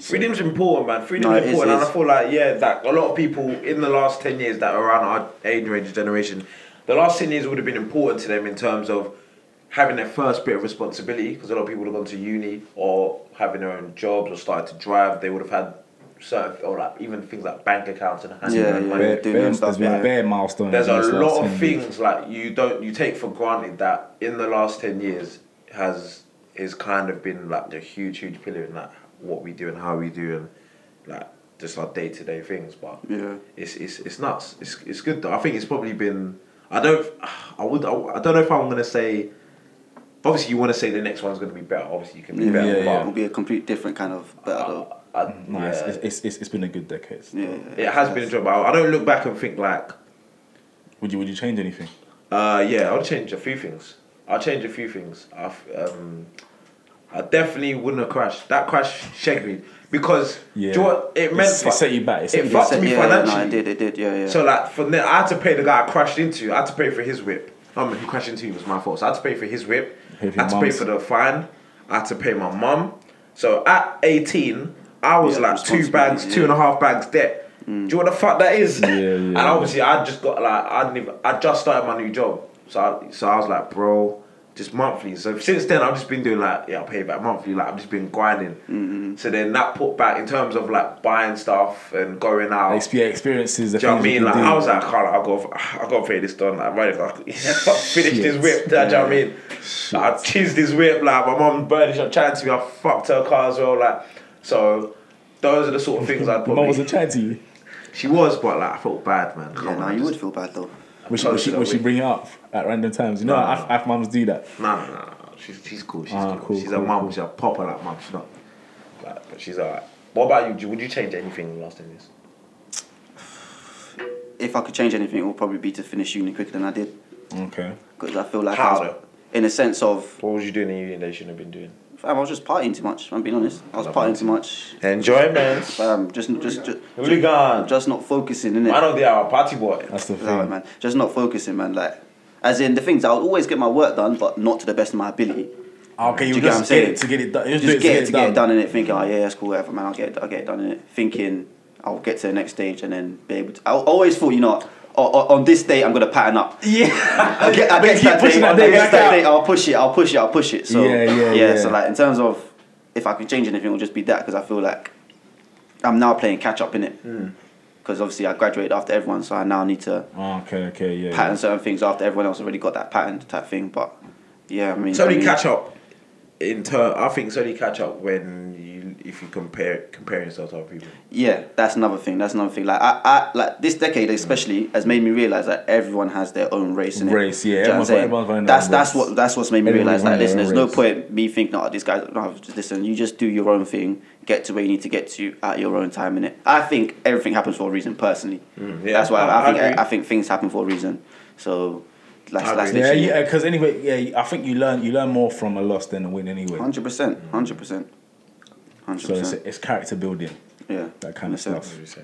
Freedom's important, man. Freedom's
Mm, No, it is,
important,
it
and
is.
I feel like yeah, that a lot of people in the last ten years that are around our age range generation, the last ten years would have been important to them in terms of having their first bit of responsibility because a lot of people would have gone to uni or having their own jobs or started to drive. They would have had certain or like even things like bank accounts and handling
Yeah,
their
yeah.
money.
Bare,
doing
bare,
that stuff,
there's been
yeah.
bare milestones.
There's
in
a
this last
lot
10
of things like you don't you take for granted that in the last ten years has is kind of been like a huge huge pillar in like what we do and how we do and like just our day to day things. But
Yeah.
it's it's it's nuts. It's it's good though. I think it's probably been. I don't. I would. I don't know if I'm gonna say. Obviously, you want to say the next one's gonna be better. Obviously, you can be
Yeah,
better.
yeah,
but
yeah. Uh,
It will be a complete different kind of battle.
I, I-
No,
yeah.
it's- it's, it's, it's, it's been a good decade.
yeah,
uh, it has been enjoyable. I don't look back and think like.
Would you would you change anything?
Uh, yeah, I'll change a few things. I'll change a few things. I've, um, I definitely wouldn't have crashed. That crash shagged me because
Yeah.
do you know what it meant?
It's- it set you back, it set
It
you
fucked
yeah,
me
yeah, no,
financially.
it did, it did, yeah, yeah.
So like for then I had to pay the guy I crashed into. I had to pay for his whip. Um, he crashed into me it was my fault. So I had to pay for his whip.
Pay
I
for
had to
your
pay
mum's.
for the fine. I had to pay my mum. So at eighteen, I was
Yeah, Mm.
like two bags,
responsibility,
two and a half bags debt. Do you know what the fuck that is?
yeah,
and
yeah.
obviously, I just got like I didn't even. I just started my new job, so I, so I was like, bro, just monthly. So since then, I've just been doing like yeah, I'll pay back monthly. Like I've just been grinding.
Mm-hmm.
So then that put back in terms of like buying stuff and going out.
Exper- experiences. The
Do you know what I
things you
mean? Like
can do.
I was like, Carl, I got, I got to pay this done. Like, right, like, finish this whip. Do you know what I mean? Like, I cheesed this whip. Like my mum burned it. Chatting to me, I fucked her car as well. Like, so those are the sort of things I'd
Mum was a
probably.
child to you.
She was, but like I felt bad, man. Come
yeah,
on,
no,
I
you
just-
would feel bad though.
Would she, would she, would she bring it up at random times? You know,
No.
half, half mums do that.
No, no, no, no. She's she's cool. She's
Ah,
cool.
cool,
She's a
cool,
mum.
cool.
She's a proper like mum. She's not. Like, but she's alright. What about you? Do- Would you change anything in the last ten years?
If I could change anything, it would probably be to finish uni quicker than I did.
Okay.
Because I feel like
How
I was,
though?
in a sense of,
What was you doing in uni that you shouldn't have been doing?
I was just partying too much. if I'm being honest. I was
Love
partying too much.
Enjoyment.
Um, just, just, just,
Hooligan.
just not focusing in it.
Man of the hour, party boy.
That's the thing.
Nah, man. Just not focusing, man. Like, as in the things I would always get my work done, but not to the best of my ability.
Okay, you,
Do you get what
just
I'm
get,
saying?
it to get it done.
Just,
do it
get, it to get it done in it, thinking, oh yeah, that's cool, whatever, man. I'll get, it, I'll get it done in it, thinking I'll get to the next stage and then be able to. I always thought, you know, o- o- on this day I'm gonna pattern up.
Yeah.
I get, I
But you
get
keep
that
pushing
day,
that
I
day
get
back
that
out.
day. I'll push it. I'll push it. I'll push it. So
Yeah, yeah, yeah.
So like in terms of if I could change anything, it would just be that because I feel like I'm now playing catch up in it.
Mm.
Because obviously I graduated after everyone, so I now need to
Oh, okay, okay, yeah.
pattern certain things after everyone else already got that pattern type thing. But yeah, I mean,
It's
I
only
mean,
catch up. In turn, I think it's only catch up when you if you compare compare yourself to other people.
Yeah, that's another thing. That's another thing. Like I, I like this decade especially has made me realize that everyone has their own race. Innit?
Race, yeah,
Do you know what I'm
everyone's-
saying?
everyone's running their
that's
own
that's
race.
what that's what's made me
Everyone's
realize. Like,
running
listen,
their
there's
own
no
race.
point me thinking, oh, these guys. No, just listen, you just do your own thing. Get to where you need to get to at your own time. Innit? I think everything happens for a reason. Personally,
Mm, yeah.
that's why I,
I- I
think
agree.
I, think things happen for a reason. So that's
I
that's
agree.
yeah,
literally
yeah. Because anyway, yeah, I think you learn you learn more from a loss than a win anyway.
hundred percent, hundred percent, hundred
So it's,
percent.
it's character building,
Yeah,
that kind of
100%.
stuff.
you say,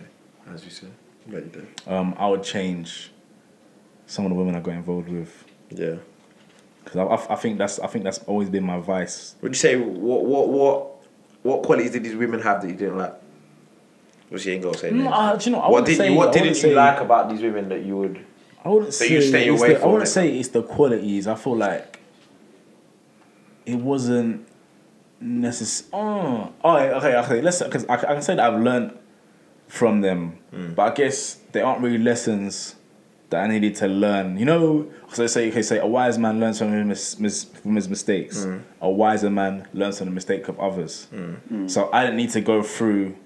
as you say, yeah, you do.
Um, I would change some of the women I got involved with
Yeah.
because I, I, I think that's I think that's always been my vice.
Would you say what what what what qualities did these women have that you didn't like? Which you ain't gonna say.
No,
names.
uh, do you know, I
what
wouldn't
did
say-
you,
I
what
wouldn't
didn't
say-
you like about these women that you would?
I wouldn't
So
say
you stay
it's
away
the- I
from
wouldn't
it.
say it's the qualities. I feel like it wasn't necessary. Oh, oh, okay, okay. Let's because I, I can say that I've learned from them,
Mm.
but I guess there aren't really lessons that I needed to learn. You know, so say okay, say a wise man learns from his mis- mis- from his mistakes.
Mm.
A
Mm.
wiser man learns from the mistake of others. So I didn't need to go through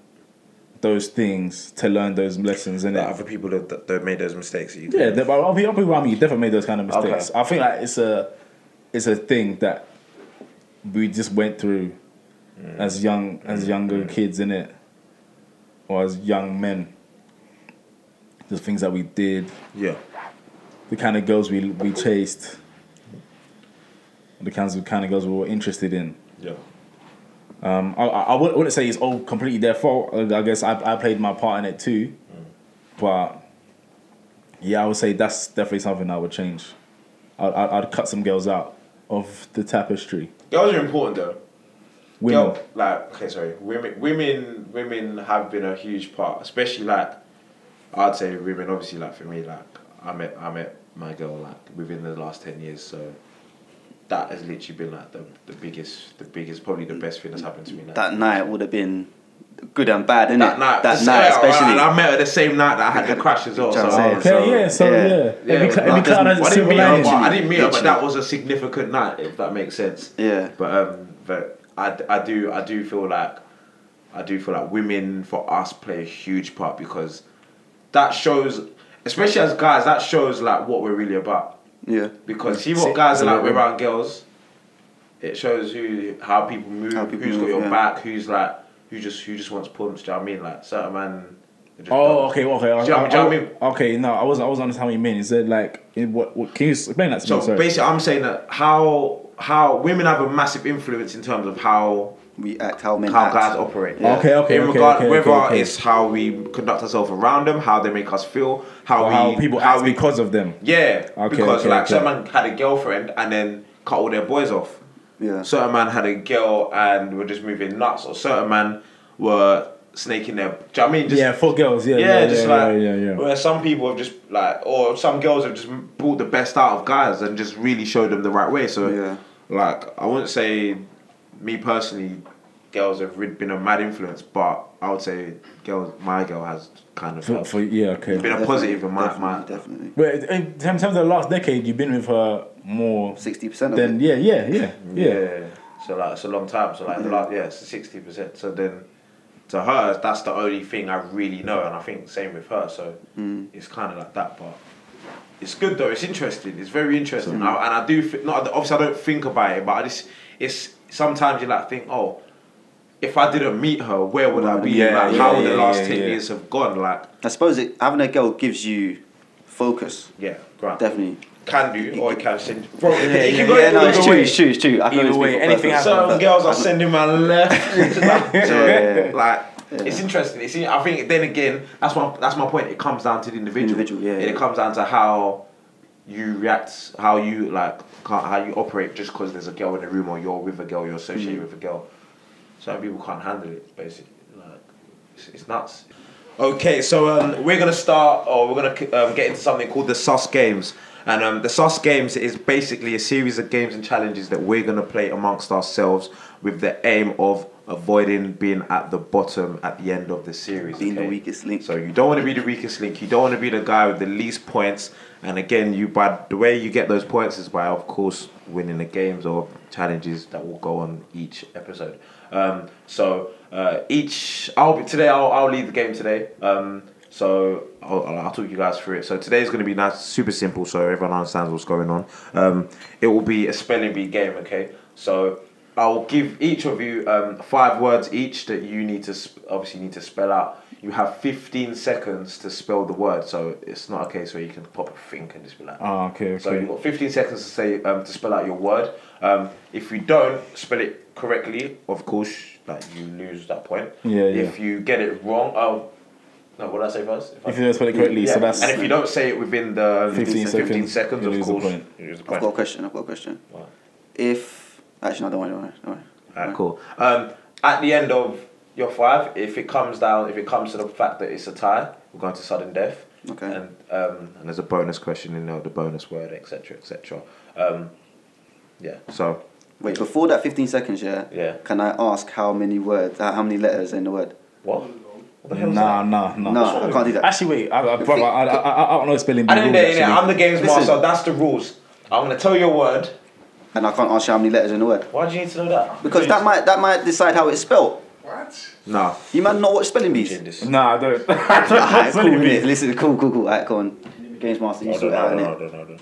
those things to learn those lessons, and
That other people that, that, that made those mistakes. that You
yeah, there- but I'll be, I'll be around me. You definitely made those kind of mistakes. I think like it's a, it's a thing that we just went through as young as younger kids in it, or as young men. The things that we did,
yeah.
the kind of girls we we chased, the kinds of kind of girls we were interested in.
Yeah.
Um, I, I I wouldn't wouldn't say it's all completely their fault. I I guess I, I played my part in it too, but yeah, I would say that's definitely something I would change. I, I, I'd cut some girls out of the tapestry.
Girls are important though.
Women,
Girl, like okay, sorry. Women, women, women have been a huge part, especially like I'd say women. Obviously, like for me, like I met I met my girl like within the last ten years, so that has literally been like the, the biggest, the biggest, probably the best thing that's happened to me. Now.
That night would have been good and bad, innit?
that night,
that
just-
night
yeah,
especially.
and I met her the same night that I had the crash as well.
Do you
Oh,
know
So,
what I'm
I
saying?
was-
okay, yeah, so
yeah.
yeah,
Yeah,
every, cl-
well,
every
that
cloud
well, I
has a
didn't
silver
meet her,
lining.
but I didn't meet her, but
Literally.
that was a significant night, if that makes sense.
Yeah.
But um, but I, I do I do feel like I do feel like women for us play a huge part because that shows, especially as guys, that shows like what we're really about.
yeah.
Because see
See,
what guys
it's
are
a
like
bit-
around girls. It shows who how people move,
How people
who's
move,
got your
yeah.
back, who's like who just who just wants pumps. Do you know what I mean? Like certain man. they just
Oh,
don't.
okay,
Do
okay.
you know what I mean?
Okay, no, I wasn't. I wasn't understanding what you mean. Is that like it- what? What can you explain that to
So
me? Sorry.
basically, I'm saying that how how women have a massive influence in terms of how
We act how men
how
act.
guys operate.
Yeah. Okay, okay,
In
okay,
regard
okay,
whether
okay, okay.
it's how we conduct ourselves around them, how they make us feel, how
Or
we
how people
how
act
we
because of them.
yeah
Okay,
because
okay,
like
okay.
someone had a girlfriend and then cut all their boys off.
Yeah.
Certain man had a girl and were just moving nuts, or certain man were snaking their. Do you know what I mean? Just,
yeah, for girls. Yeah,
yeah,
yeah,
just
yeah,
like
yeah, yeah, yeah.
where some people have just like, or some girls have just brought the best out of guys and just really showed them the right way. So,
Yeah.
like, I wouldn't say me personally, girls have really been a mad influence, but I would say girls, my girl has kind of
For, for- yeah, okay.
been a positive in my
Definitely,
my.
definitely.
But in terms- in terms of the last decade, you've been with her more
60% of
than
it.
yeah, yeah, yeah, yeah.
So like it's a long time. So like the last yeah, sixty percent. So then, to her, that's the only thing I really know, and I think same with her. So
Mm.
it's kind of like that, but it's good though. It's interesting. It's very interesting, I, and I do thi- not obviously I don't think about it, but I just it's sometimes you like think oh. If I didn't meet her, where would I be?
Yeah,
like,
yeah,
how would the
yeah,
last
yeah,
ten
yeah.
years have gone? Like,
I suppose it, having a girl gives you focus.
yeah, grand.
Definitely.
Can do, or it can send. Bro, it
Yeah,
can
yeah,
go
yeah, no,
either
it's
way.
true, it's true, it's true. I can
Either
only
way,
speak for
anything happens.
both of us.
Some girls are sending my left. so,
yeah, yeah.
like, it's interesting. It's, I think then again, that's my that's my point. It comes down to the individual.
Individual, yeah,
It
yeah.
comes down to how you react, how you like, can't, how you operate just because there's a girl in the room or you're with a girl, you're
Mm.
associated with a girl. Some people can't handle it. Basically, like, it's, it's nuts. Okay, so um, we're gonna start, or we're gonna um, get into something called the Sus Games, and um, the Sus Games is basically a series of games and challenges that we're gonna play amongst ourselves with the aim of avoiding being at the bottom at the end of the series.
Being the
okay?
weakest link.
So you don't want to be the weakest link. You don't want to be the guy with the least points. And again, you by the way you get those points is by of course winning the games or challenges that will go on each episode. Um, so uh, each I'll be today I'll, I'll lead the game today. Um, so I'll, I'll I'll talk you guys through it. So today's going to be nice, super simple, so everyone understands what's going on. Um, it will be a spelling bee game, okay? So I'll give each of you um, five words each that you need to sp- obviously need to spell out. You have 15 seconds to spell the word, so it's not a case where you can pop a think and just be like.
Ah, okay, okay.
So you've got 15 seconds to say um, to spell out your word. Um, if you don't spell it correctly, of course, like you lose that point.
Yeah, yeah.
If you get it wrong, oh, no, what did I say first? If I-
If you don't spell it correctly, so
Yeah,
that's
and if you don't say it within the 15,
15 seconds,
seconds,
you
of
lose the
course,
point.
you lose the
I've
point.
got a question, I've got a question.
What?
If, actually, no, don't worry, don't worry. Don't worry.
Alright, cool. Um, at the end of your five, if it comes down, if it comes to the fact that it's a tie, we're going to sudden death.
Okay.
And um, and there's a bonus question in there, the bonus word, etc., etc. Um, yeah. So
Wait, before that 15 seconds, yeah?
Yeah.
Can I ask how many words, uh, how many letters are in the word?
what? What the hell is
nah,
that?
nah, nah.
No, I can't do that.
Actually, wait, I, I, brother, I, I, I, I don't know spelling.
I didn't know,
rules,
yeah,
actually.
I'm the games
Listen.
master. That's the rules. I'm gonna tell you a word.
And I can't ask you how many letters in the word.
Why do you need to know that?
Because that might, that might decide how it's spelled.
What?
Nah.
You might not watch spelling bees.
No, I don't.
Ah, it's cool,
Spelling
innit?
bees.
Listen, cool, cool, cool. Alright, go on. Games Master, you sort it out, innit?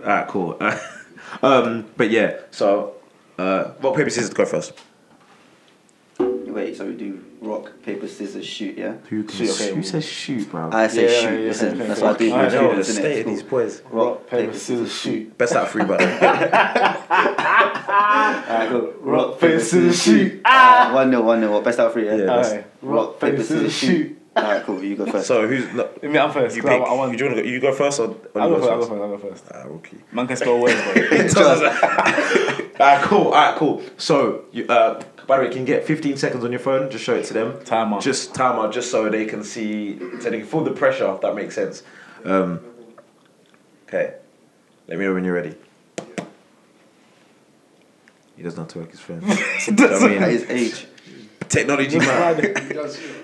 Alright, cool. um, but yeah, so uh, what paper scissors to go first?
Wait, so we do rock, paper, scissors, shoot, yeah?
Who,
Shoot, okay. who
says shoot, bro?
I say
Yeah,
shoot,
yeah,
listen,
yeah,
that's
yeah.
what I do.
I
with
know,
students, innit? It's cool.
boys.
Rock, paper, scissors, shoot.
Best out of three, brother.
Alright, go.
Rock, paper, scissors, shoot.
Ah! One nil, one nil. What, Best out of three, yeah?
Yeah.
Aye. Rock, paper, scissors, shoot.
Alright, cool. You go first.
so who's no,
Me, I'm first.
you
'cause I,
pick?
I want.
you, do you, wanna go, you go first or? or
I'll
you
go first.
go
I'll go first. I'll go first.
Ah, okay.
Man can spell words, bro.
Alright, cool. Alright, cool. So, you, uh, by the way, can you get 15 seconds on your phone? Just show it to them.
Timer.
Just timer, just so they can see, so they can feel the pressure. If that makes sense. Um, okay. Let me know when you're ready. He doesn't have to work his phone. I
At
mean,
his age.
technology man.
He does, you know.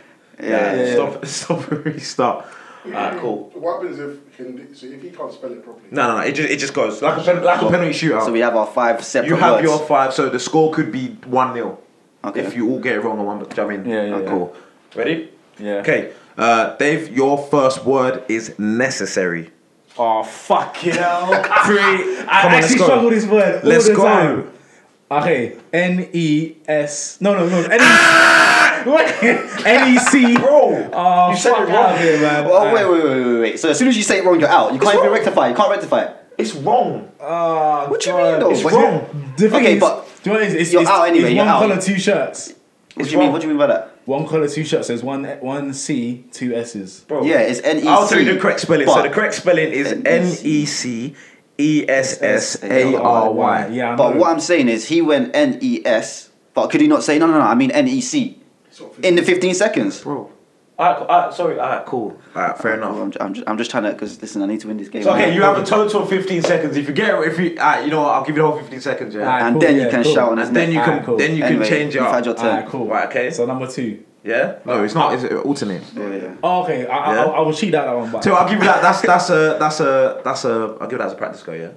Yeah.
Stop, stop, and restart. Alright, cool.
What happens if can so if he can't spell it properly?
No, no, no. It just, it just goes like a, pen, like a penalty
Oh.
shootout.
So we have our five separate
you have
words.
your five, so the score could be 1 0.
Okay.
If you all get it wrong on one, do you know what I mean?
Yeah, yeah,
Uh,
yeah.
Cool. Ready?
Yeah.
Okay. Uh, Dave, your first word is necessary.
Oh fuck you know.
Three.
I
Come on, let's
actually struggle
go.
with this word. all
Let's
the
go.
Time. Okay, N E S. No, no, no. N E.
Ah!
Wait. N E C.
Bro,
Oh, fuck out of here, man.
Oh, wait, wait, wait, wait, wait. So as soon as you say it wrong, you're out. You can't even rectify. it. You can't rectify it.
it's wrong.
Oh,
What do you
God.
mean, though?
It's
What-
wrong.
The thing
Okay,
is,
but
do you know what it is? It's,
you're
it's,
out anyway,
It's
you're
one
out.
color, two shirts.
What do you mean? What do you mean by that?
One color, two shirts. There's one one C, two S's.
Bro.
Yeah, it's N E C.
I'll tell you the correct spelling. So
but-
the correct spelling is N E C E S S A R Y.
Yeah, I
Oh, But
know.
what I'm saying is, he went N E S, but could he not say no, no, no? I mean N E C
Sort of
in the 15 seconds.
Bro. Alright, cool. Alright, sorry. Alright, cool. Alright, fair enough.
Oh, I'm, ju- I'm, just, I'm just trying to because listen, I need to win this game.
So, okay, you have a total of 15 seconds. If you get it, if you, alright, you know what, I'll give you the whole 15 seconds, yeah.
Alright,
and
cool,
then you
yeah,
can
cool.
shout on his
And then you
name.
can
Alright, cool.
then you
Anyway,
can change it
you've
up.
had your turn.
Alright, cool.
Right, okay.
So number two.
Yeah. No, it's not. It's uh, alternate.
Yeah, yeah.
Oh, okay, I,
Yeah.
I, I will cheat out that one. But
So I'll give you that. That's that's a that's a that's a. I'll give that as a practice go. Yeah.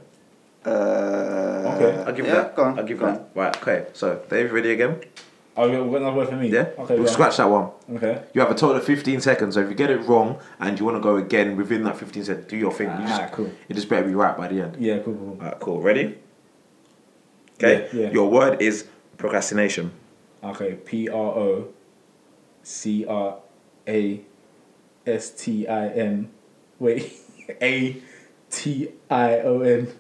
Uh,
Okay,
I'll give you
yeah,
that.
Go on,
I'll give you
go
that. Right. Okay. So Dave, ready again?
oh, you got another word for me.
Yeah.
Okay.
We'll
yeah.
Scratch that one.
Okay.
You have a total of 15 seconds. So if you get it wrong and you want to go again within that 15 seconds, do your thing. You just,
Ah, cool.
It just better be right by the end.
Yeah. Cool. cool,
Alright. Cool. Ready? Okay.
Yeah, yeah.
Your word is procrastination.
cool. Okay. P R O C R A S T I N. Wait. A T I O N.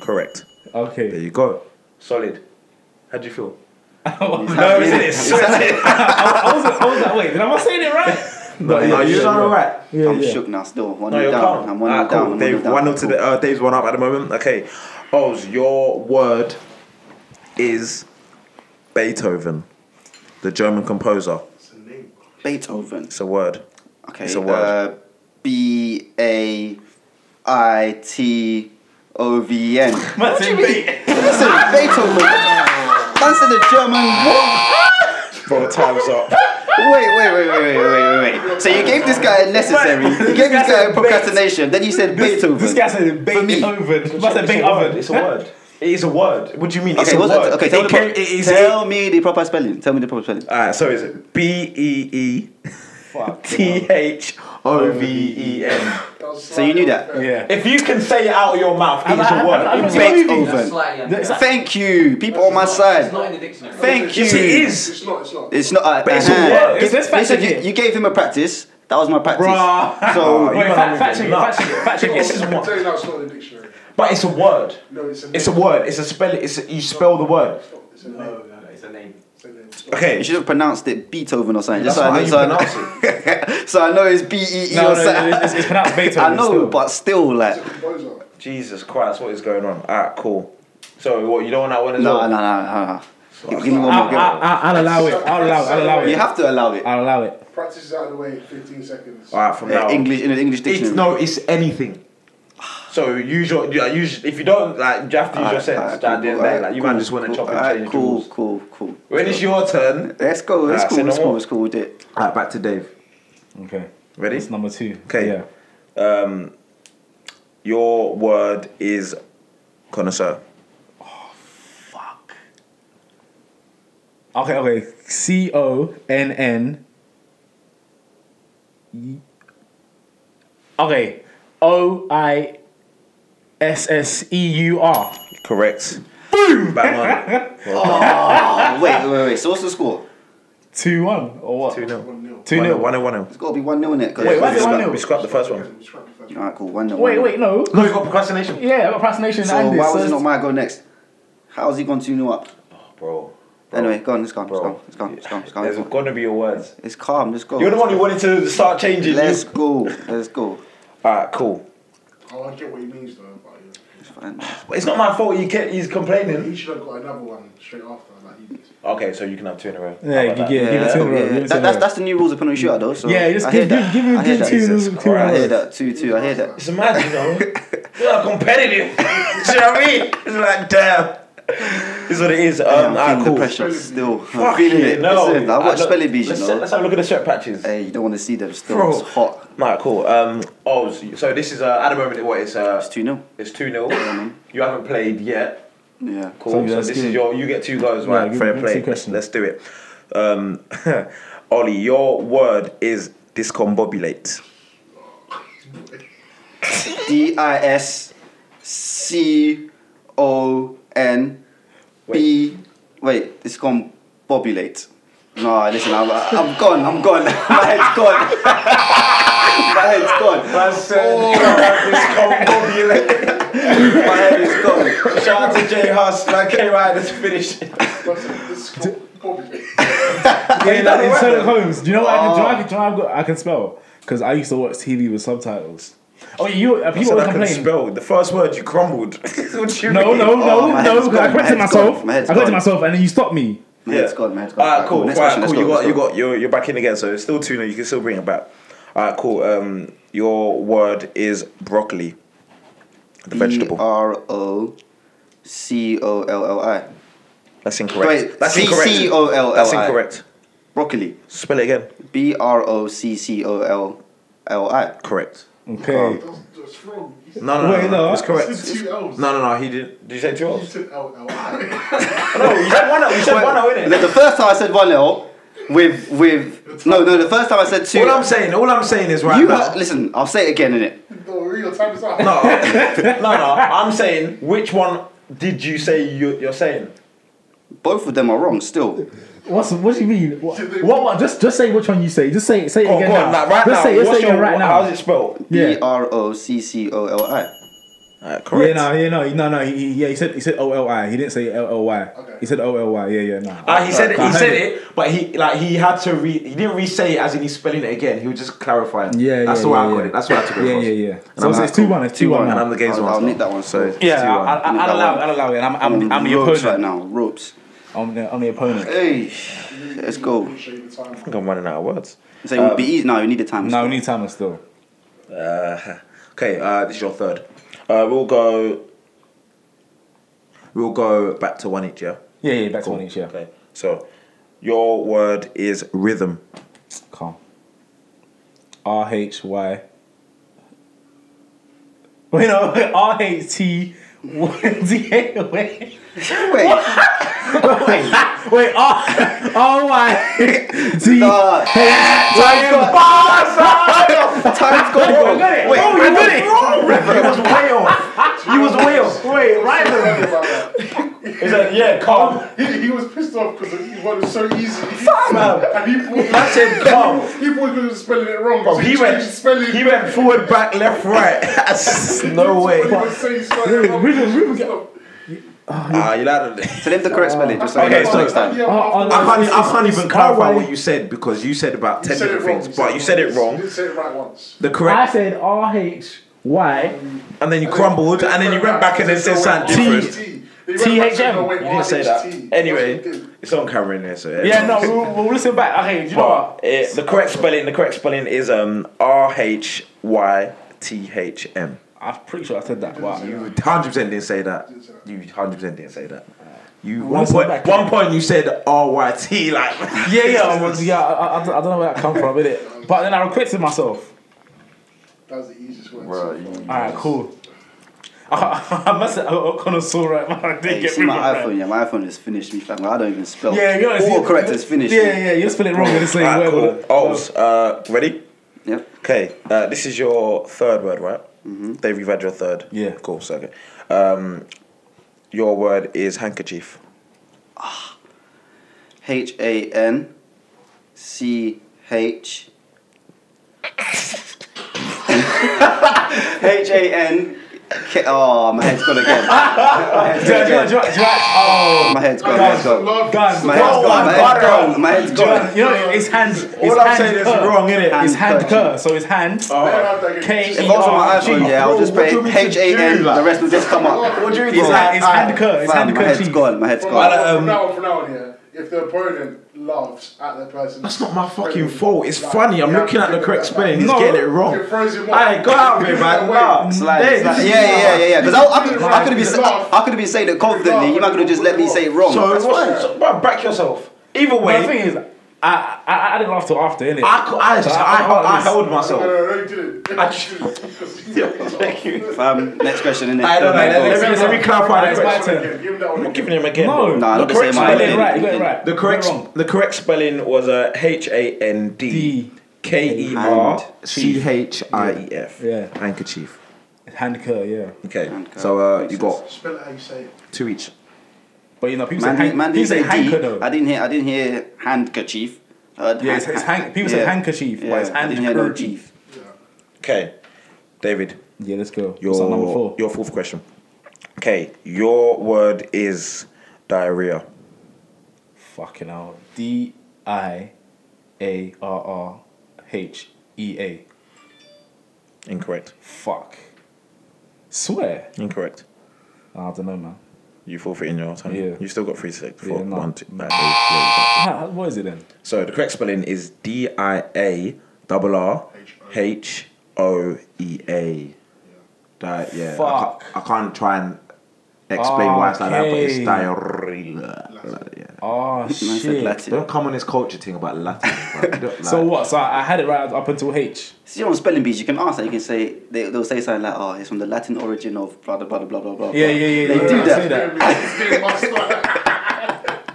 Correct. There
Okay.
you go. Solid. How do you feel?
Oh,
No,
isn't it?
I was I was like, wait, did I am I saying it right?
No,
yeah,
you're
yeah,
done
yeah.
alright.
Yeah,
I'm
yeah.
shook now. Still one
No,
nil
you're
down.
calm.
I'm one nil
Alright,
down.
cool.
I'm
Dave,
down.
one up to the uh, Dave's one up at the moment. Okay, Oz, your word is Beethoven, the German composer.
It's a name.
Beethoven.
It's a word.
Okay.
It's a word.
Uh, B A I T O V N.
Man's in bait.
Listen, Beethoven. That's in the German. What?
Bro, time's up.
Wait, wait, wait, wait, wait, wait, wait, wait. So you gave this guy a necessary. You gave this guy a procrastination. Then you said Beethoven.
This guy said
For me.
bait oven. Must have bait oven.
It's a word. It is a word. What do you mean? it's
Okay,
a
what's
word.
that? okay. Tell,
it
me,
came,
the
it
pro-
is
tell me the proper spelling. Tell me the proper spelling.
Alright, so is it B E E
Fuck.
T H O V E N?
That was
So you knew
slightly
that?
unfair.
Yeah.
If you can say it out of your mouth, it is a word.
Beethoven.
That's-
Thank you, people on my
It's
side.
not in the dictionary.
Thank you.
Yes, it is.
It's not. It's not.
It's not. Uh,
But it's a
uh-huh.
word.
It's- let's fact
Listen,
check
you,
it.
you gave him a practice. That was my practice.
Bruh.
Oh,
So
you
Wait,
gotta
fact, fact
move it.
check it,
No.
fact check it, fact check
This is
it.
what-
I'm telling you now, it's not in the dictionary.
But it's a word.
No, it's a name.
It's a word. It's a spell. It's a, you spell the word.
It's a name.
It's a name.
It's a name.
you
Okay.
should have pronounced it Beethoven or something.
That's
Just so, I
not
know,
how
so,
you
I know- so I know it's B E E
No,
or
no,
something.
no, it's, it's pronounced Beethoven.
I know,
still.
but still, like,
It's a composer.
Jesus Christ, what is going on? Alright, cool. So what you don't want that one as
no, no,
well?
no, no. no. Give, give me one
I'll,
ah,
more. Give,
I'll, I'll, I'll allow it. I'll allow it. I'll allow
you
it.
have to allow it.
I'll allow it.
Practice is out of the way. 15 seconds.
Alright, from
Uh,
now. on.
English in an English
It's
dictionary.
no, it's anything. So use your, yeah, use if you don't like, you have to use your
Alright,
sense.
alright,
that
Ah, cool,
then, like,
alright,
you
cool,
might just want to
cool,
chop and
alright,
change
cool,
rules.
cool, cool.
When it's your turn,
Let's go. Let's
Alright,
go.
say no
Let's go.
more.
Let's go. We did.
alright, back to Dave.
Okay.
Ready?
It's number two.
Okay.
Yeah.
Um, your word is connoisseur.
Oh, Okay, okay. C O N N. Okay. O I S S E U R.
Correct. Boom! Batman.
Oh, wait, wait, wait. So what's the score?
2 1 or what? 2 0.
1-0.
2 0.
One and one. and-
It's got to be 1 0 in it.
Wait, why
We
is it
scrapped-
1-0?
We scrapped the first one.
Okay, we scrap the first one.
Alright, cool. 1 0.
Wait, wait, no.
No, you got procrastination.
Yeah, procrastination
So
and this.
why was it
so
not
it's-
my go next? How's he gone 2 0 up?
Bro.
Anyway, go on, it's gone, it's
Bro.
gone, it's gone, it's gone, it's gone.
There's
It's, gone.
going to be your words.
it's calm, let's go.
You're the one who wanted to start changing.
Let's go, let's go.
Alright, cool.
Oh, I get what he means though. But yeah.
It's fine.
But it's not my fault he kept, he's complaining.
He should have got another one straight after, like he did.
Okay, so you can have two in a row.
Yeah, you get, give
Yeah,
it
that's,
two in a row,
yeah,
give it two in
That,
a
that's,
row.
that's the new rules of penalty shootout though. So
Yeah, just
I hear
give, give,
that.
give,
I
him
hear
give
that.
two in a
Jesus
row, two in a
I
row.
hear that, 2 2, I hear that.
It's mad, you know. You're like competitive. Do you know what I mean? It's like, damn. It's what it is. Um,
I'm
yeah,
feeling
cool.
the pressure still. I'm
Fuck
feeling
you,
it.
no. Uh,
Listen, I watch
look,
Spelling Bees, you
let's,
know.
Let's have a look at the shirt patches.
Hey, you don't want to see them still.
Bro.
It's hot.
Alright, cool. Um, oh, so so this is uh, at the moment what it's uh,
It's 2 0.
it's two 0 You haven't played yet.
Yeah.
Cool.
So
So,
that's
this
good.
is your. You get two goes,
Yeah,
right?
give-
Fair
give
play.
two questions.
Let's do it. Um, Ollie, your word is discombobulate.
D I S C O N B. Wait, it's gone bobulate. No, listen, I'm, I'm gone, I'm gone. My head's gone. My head's gone.
I
Oh.
said
My head is gone.
discombobulate. Shout out to Jay Huss. Like K Riders finished.
But this is probably
Yeah,
that
like in
work,
Sherlock Holmes. Do you know what I
Oh.
can, do you know, I can, do you know I've got, I can spell? Because I used to watch TV with subtitles. Oh, you uh, people
So
always
I couldn't
complain.
spell. The first word you crumbled. what you
No,
mean?
no, no,
Oh, my
no.
head's
I
gone, my
corrected
head's
myself.
gone, my head's
I corrected
gone.
myself, and then you stopped me.
My head's gone, my head's gone.
Alright, cool.
Next
Alright,
question,
cool.
let's
you got, you
go, let's go.
got, you're, you're back in again. So it's still two now. You can still bring it back. Alright, cool. Um, your word is broccoli. The vegetable.
B E R O C O L L I.
That's incorrect.
Wait,
That's
C-
incorrect.
C-O-L-L-I.
Oh, That's incorrect.
Broccoli.
Spell it again.
B R O C C O L L I.
Correct.
Okay.
that's, that's wrong. He said
No, no,
Oh. Wait,
no, no,
no.
It's correct.
It's two L's.
No, no, no. He didn't. Did you say two
He
L's?
said L L I.
Oh, no, you said one L. You said one L, innit?
The first time I said 1 0 with, with. No, no, the first time I said 2
All I'm saying, all I'm saying is right
You
now.
heard, listen, I'll say it again in it.
No, real time is up.
No, no, no. I'm saying which one did you say you, you're saying?
Both of them are wrong still.
What's what do you mean? What, what, what- Just just say which one you say. Just say say it
Go on,
again
Oh, go on,
now.
like, right
just
now.
say just
what's
say it
your,
right now.
How's it spelled?
Yeah.
B R O C C O L I.
Uh,
Yeah,
correct.
no, yeah, no, no, no. He, he- yeah, he said he said O L I. He didn't say L L Y.
Okay.
He said O L Y. Yeah, yeah, no.
Ah, he said it,
I
he
heard
said
it.
it, but he like he had to re he didn't re-say it as in he's spelling it again. He was just clarifying.
Yeah,
that's
yeah,
the way
yeah,
I got
yeah.
it. That's what I took it
Yeah,
across.
yeah, yeah.
And I'm
So
like,
it's two one. It's two one.
And I'm the games
I'll,
one.
I'll
still.
nick that one. So
Yeah,
Two-one.
I'll, I'll,
Nick that
I'll allow
one.
it. I'll allow it. I'm I'm,
on
I'm the
ropes right
opponent.
now. Ropes.
I'm the I'm the opponent.
Hey, let's go.
Show you the time.
I think I'm running out of words.
So it would be easy. No, we need the time.
No, we need timer still.
Uh, okay, uh, this is your third. Uh, we'll go. We'll go back to one each. Yeah.
Yeah, yeah. Back to one each. Yeah.
Okay. So, your word is rhythm.
Calm. R H Y. Wait, no. R H T D A. Wait.
Wait,
Wait, R R Y T.
nah,
Time's gone.
time's gone wrong.
Wait,
Wait,
oh, you did it.
Rhythm was way off. He was way off. Wait,
Sorry about that.
Is that yeah? Calm.
He, he was pissed off because he won so easy. Fuck,
man.
And he thought
I said calm.
He thought he was spelling it wrong. so
He went.
changed spelling.
He went forward, back, left, right. no way.
He was saying spelling it wrong. "Oh,
Rhythm, rhythm,
Ah, you like it.
tell him the correct spelling. Just so
Okay,
okay,
so-
next time.
Yeah,
Oh, oh,
after
I
that,
can't,
It's-
I
it's-
can't
it's
even clarify
R-Y.
what you said because you said about
he
ten
said it
different
wrong.
things, but you said it
He
wrong.
didn't say it right once.
The
I
correct,
said R H Y.
and then you crumbled, and then you went back and then said something different.
THM.
You didn't say that. Anyway, it's on camera in there, so
Yeah, no, we'll, we'll listen back. Okay, do you know
But
Uh,
what?
it, the correct spelling, the correct spelling is um R H Y T H M.
I'm pretty sure I said that. Wow.
You hundred percent didn't say that. You hundred percent didn't say that. You one
listen
point,
back.
one point you said R Y T like.
Yeah, yeah, I was- yeah. I, I, I don't know where that come from, innit? But then I recruited myself.
That was the easiest one.
Bro,
so far.
All right, cool. I must oh, have O'Connor saw right, man. I
Hey,
did
you
get
see
rid
my
of it,
iPhone,
man.
yeah, my iPhone is finished me. fam. I don't even spell.
Yeah, you're honest.
All
you-
correct is finished.
Yeah, yeah, you spell it wrong with the same
Alright,
word.
cool. Oh, s- uh, ready?
Yep.
Okay, uh, this is your third word, right? Mm-hmm. Dave, you've had your third.
Yeah.
Cool, second. Um, your word is handkerchief.
H A N C H H A N K. Oh, my head's gone again. My head's
Do you
gone
want- do you want- do you want-
again.
do you want- oh,
My head's gone. My head's gone.
Love-
guys,
My head's gone. My head's gone. My head's
John,
gone.
you know, it's hand. It's
All I'm
hand
saying is
cur.
wrong, innit?
It's
Hand
hand cur, so it's hand.
have that again.
K
If I
E
was on my
R G.
iPhone, yeah, I'll just
Bro, what
put
do you mean
H
to
A
do,
N.
like?
The rest will just come up.
What do you
It's
mean?
hand- it's hand cur. It's hand
Fam, my
cur.
head's
cheek.
gone. My head's
From,
gone.
um,
from now on, from now on, yeah. If the opponent laughs at the person,
That's not my fucking fault. It's funny. I'm
you
looking
have
at
to
the correct
think about
spelling. He's
No.
getting it wrong.
You're frozen more.
Hey, go out of here, man.
Wait.
Nah.
Slide,
Hey,
slide.
this is-
Yeah, yeah, yeah, yeah, yeah. Because I, I, I could have been,
Laugh.
sa- I could have been saying it confidently. You might could have just let me say it wrong.
So,
That's
what's- so,
fine.
bruv, back yourself. Either
But the
way,
thing is, I I, I didn't laugh till after, innit?
I, cou- I, just, I, I, I held
No,
myself.
no, no, you didn't.
I-
Thank you.
fam, um, next question, innit?
I don't know.
Don't
Let me, let me clarify
It's
the
my
question.
turn.
Give him that one.
I'm not
again.
giving him again.
No.
bro.
Nah,
the
not the same
correct
one.
You got it
spelling.
right. You got it right.
The correct,
You got it wrong.
the correct spelling was uh, H A N D
D.
K E R C H I E F.
Yeah.
Handkerchief.
hand cur, yeah.
Okay, so uh, you got
Spell it how you say it.
Two each.
But you know, people
Man,
say
didn't-
hand,
man
people
didn't
say
say
hand
D.
cur though.
I didn't hear. I didn't hear handkerchief. I heard
Yeah, it's, it's hand, people say
yeah.
handkerchief, but it's
I
hand
didn't hear no
cur.
chief.
okay, David.
Yeah, let's go. What's
Your
up, number four?
your fourth question. Okay, your word is diarrhea.
Fucking hell. D I A R R H E A.
Incorrect.
Fuck. Swear.
Incorrect.
I don't know, man.
You forfeit in your time.
Yeah.
You still got three six four
Yeah, no.
one, two, bad day.
Ah, what is it then?
So the correct spelling is D I A double R H O E A.
Di- yeah.
Fuck.
I, ca- I can't try and explain why it's like that, but it's
Okay.
diarrhea. Like, yeah.
Oh,
I said
shit.
Latin.
Don't come on this culture thing about Latin. bro. You don't,
So
like-
what? So I I had it right up until H.
See on spelling bees, you can ask that. You can say they, they'll say something like, "Oh, it's from the Latin origin of blah blah blah blah blah blah."
Yeah, yeah, yeah.
They
yeah,
do
I
that.
see that.
It's being must like-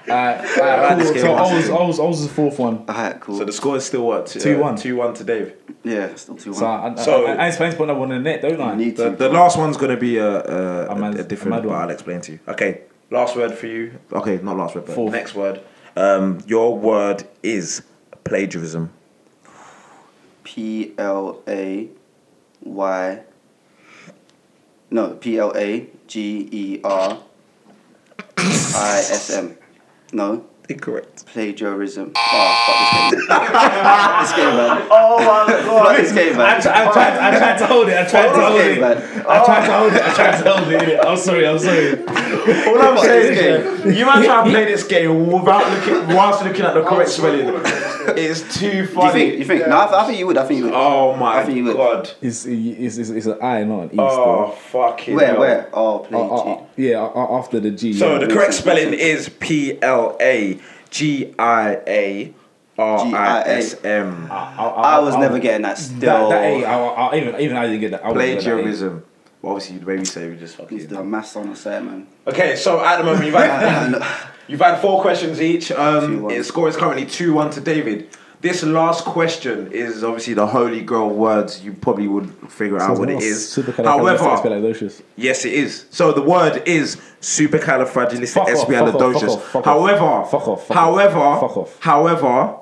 Alright, alright, cool. So O's, O's, O's is the fourth one.
Alright, cool.
So the score is still what? Uh,
2-1.
2 1 to Dave.
yeah, still two
So
one.
I, I,
So-
I, I, I explained to put that one in the net, don't I?
I need
The,
to.
the last one's going to be a, a,
A
a,
man's-
a
a
different,
mad
but
one.
I'll explain to you. Okay, last word for you.
okay, not last word, but
Fourth.
Next word. Um, your word is plagiarism.
P L A Y. No, P L A G E R I S M. No,
Incorrect.
plagiarism. Oh, fuck this game. man. this game, man. Oh my god. Fuck this game,
I,
man.
tr- I, tried, I tried to hold it. I tried to hold
Okay,
it.
man.
I tried to hold it. I tried to hold it. innit? I'm sorry. I'm sorry.
All I'm
Fuck
saying
this
is, yeah, you might try and play this game without looking, whilst looking at the correct
All of
spelling.
them.
It's too
Do you
funny.
think? You think? No, I, th- I think you would. I think you would.
Oh my
I think you would.
god.
It's, it's, it's, it's an I, not an E.
Oh, fucking
Where?
hell.
Where? Oh, play
still. Uh, uh, uh, yeah, uh, uh, after the G.
So
yeah.
the correct spelling is P L A G I A R I S M.
I was never getting that.
oh, That,
Still,
that A, I, I, I, even, even I didn't get that. I wouldn't get that A.
Plagiarism. Well, obviously, the way we say, we just
He's
fucking.
the mass on the set, man.
Okay, so at the moment you've had you've had four questions each. Um,
2-1.
the score is currently two one to David.
This last question is obviously the holy grail words. You probably would figure out what it is. However,
Supercalifragilisticexpialidocious.
yes, it is. So the word is
Fuck off, fuck off,
supercalifragilisticexpialidocious.
fuck off.
However,
Fuck off, fuck
however,
off, fuck off.
however,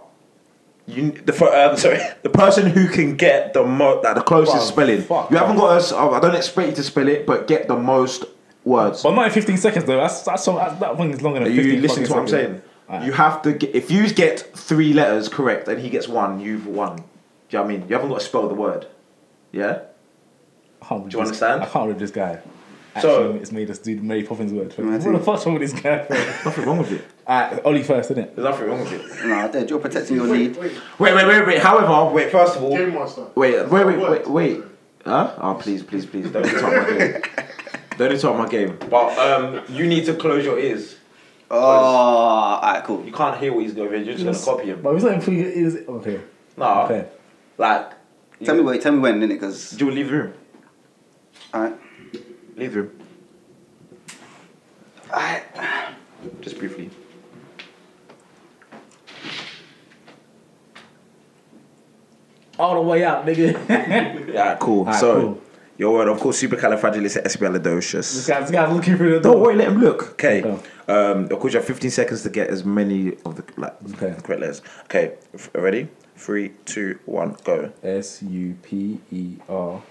you the fir- um, sorry the person who can get the most like, the closest
Bruv,
spelling.
fuck
you haven't
off.
got us. I don't expect you to spell it, but get the most words.
But not in 15 seconds though. That's that's some, that, that one is longer than
Are
15
you listening to what I'm
fucking
saying?
seconds. Alright.
You have to get if you get three letters correct and he gets one, you've won. Do you know what I mean? You haven't got to spell the word. Yeah?
I can't read
Do you
this-
understand?
I can't read this guy.
So-
Actually, it's made us do the Mary Poppins word.
Mate.
What the fuck's wrong with this guy?
Nothing wrong with it.
Alright, Ollie first, isn't it?
There's nothing wrong with it.
No, Dad, you're protecting your lead.
Wait,
Wait,
wait.
wait, wait, wait. However, wait, first of all
Game Master.
Wait, wait, wait, wait,
Words.
wait. Huh? Oh please, please, please, don't interrupt my game. Don't interrupt my game.
But um, you need to close your ears.
Oh, alright, cool.
You can't hear what he's doing. You're just gonna copy him.
But he's not even is okay.
Nah,
Okay.
Ah.
like
Tell me wait, tell me when, innit? Because
Do you leave the room?
alright,
leave
Leave the room. Just briefly.
All the way out, nigga.
Yeah, cool.
Alright,
so,
cool.
your word, of course, supercalifragilisticexpialidocious.
this guy's, this guy's looking for the
Don't
door.
wait, let him look. Okay.
Go.
Um, of course, you have 15 seconds to get as many of the like,
Okay.
correct letters. Okay, f- ready? Three, two, one, go.
S U P E R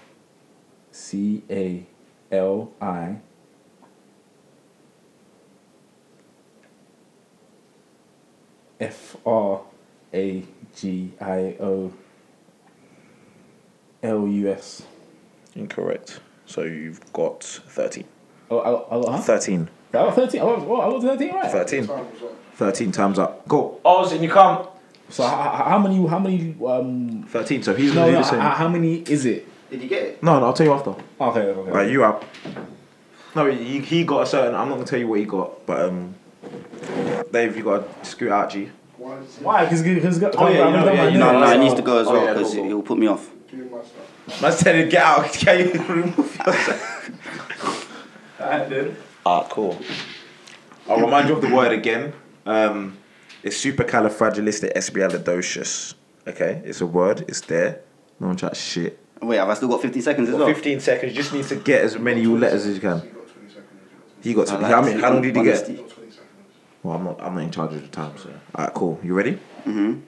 C A L I F R A G I O L U S.
Incorrect. So, you've got 13.
Oh, I, I, got- huh?
13.
I got 13. I got, what, I got 13 right.
13.
Time was up.
13 times up. Go. Oz, and you come.
So, how, how how many, how many, um,
13, so he's
no,
going
no,
to do the same.
how, how many is it?
Did you get it?
no, no, I'll tell you after.
Okay, okay.
Right, you up. No, he, he got a certain. I'm not going to tell you what he got, but um, Dave, you got to scoot out, G.
Why is it
Why? Because, because,
Oh, yeah, you know, yeah, you
No,
know,
no,
no.
it needs to go as
Oh,
well
yeah,
because
go, go.
it will put me off.
doing my stuff?
Must tell him get out. Can you remove yourself? Ah, cool. I'll remind you of the word again. Um, it's supercalifragilisticexpialidocious. Okay, it's a word. It's there. No one chat shit.
Wait, have I still got 15 seconds as
Got
well?
15 seconds. You just need to get as many letters as you
You
can.
got 20 seconds. You
He got.
I
To,
like
how, many, how long did he get?
honesty.
got 20 seconds.
Well, I'm not. I'm not in charge of the time. So, all right, cool. You ready? Mm-hmm.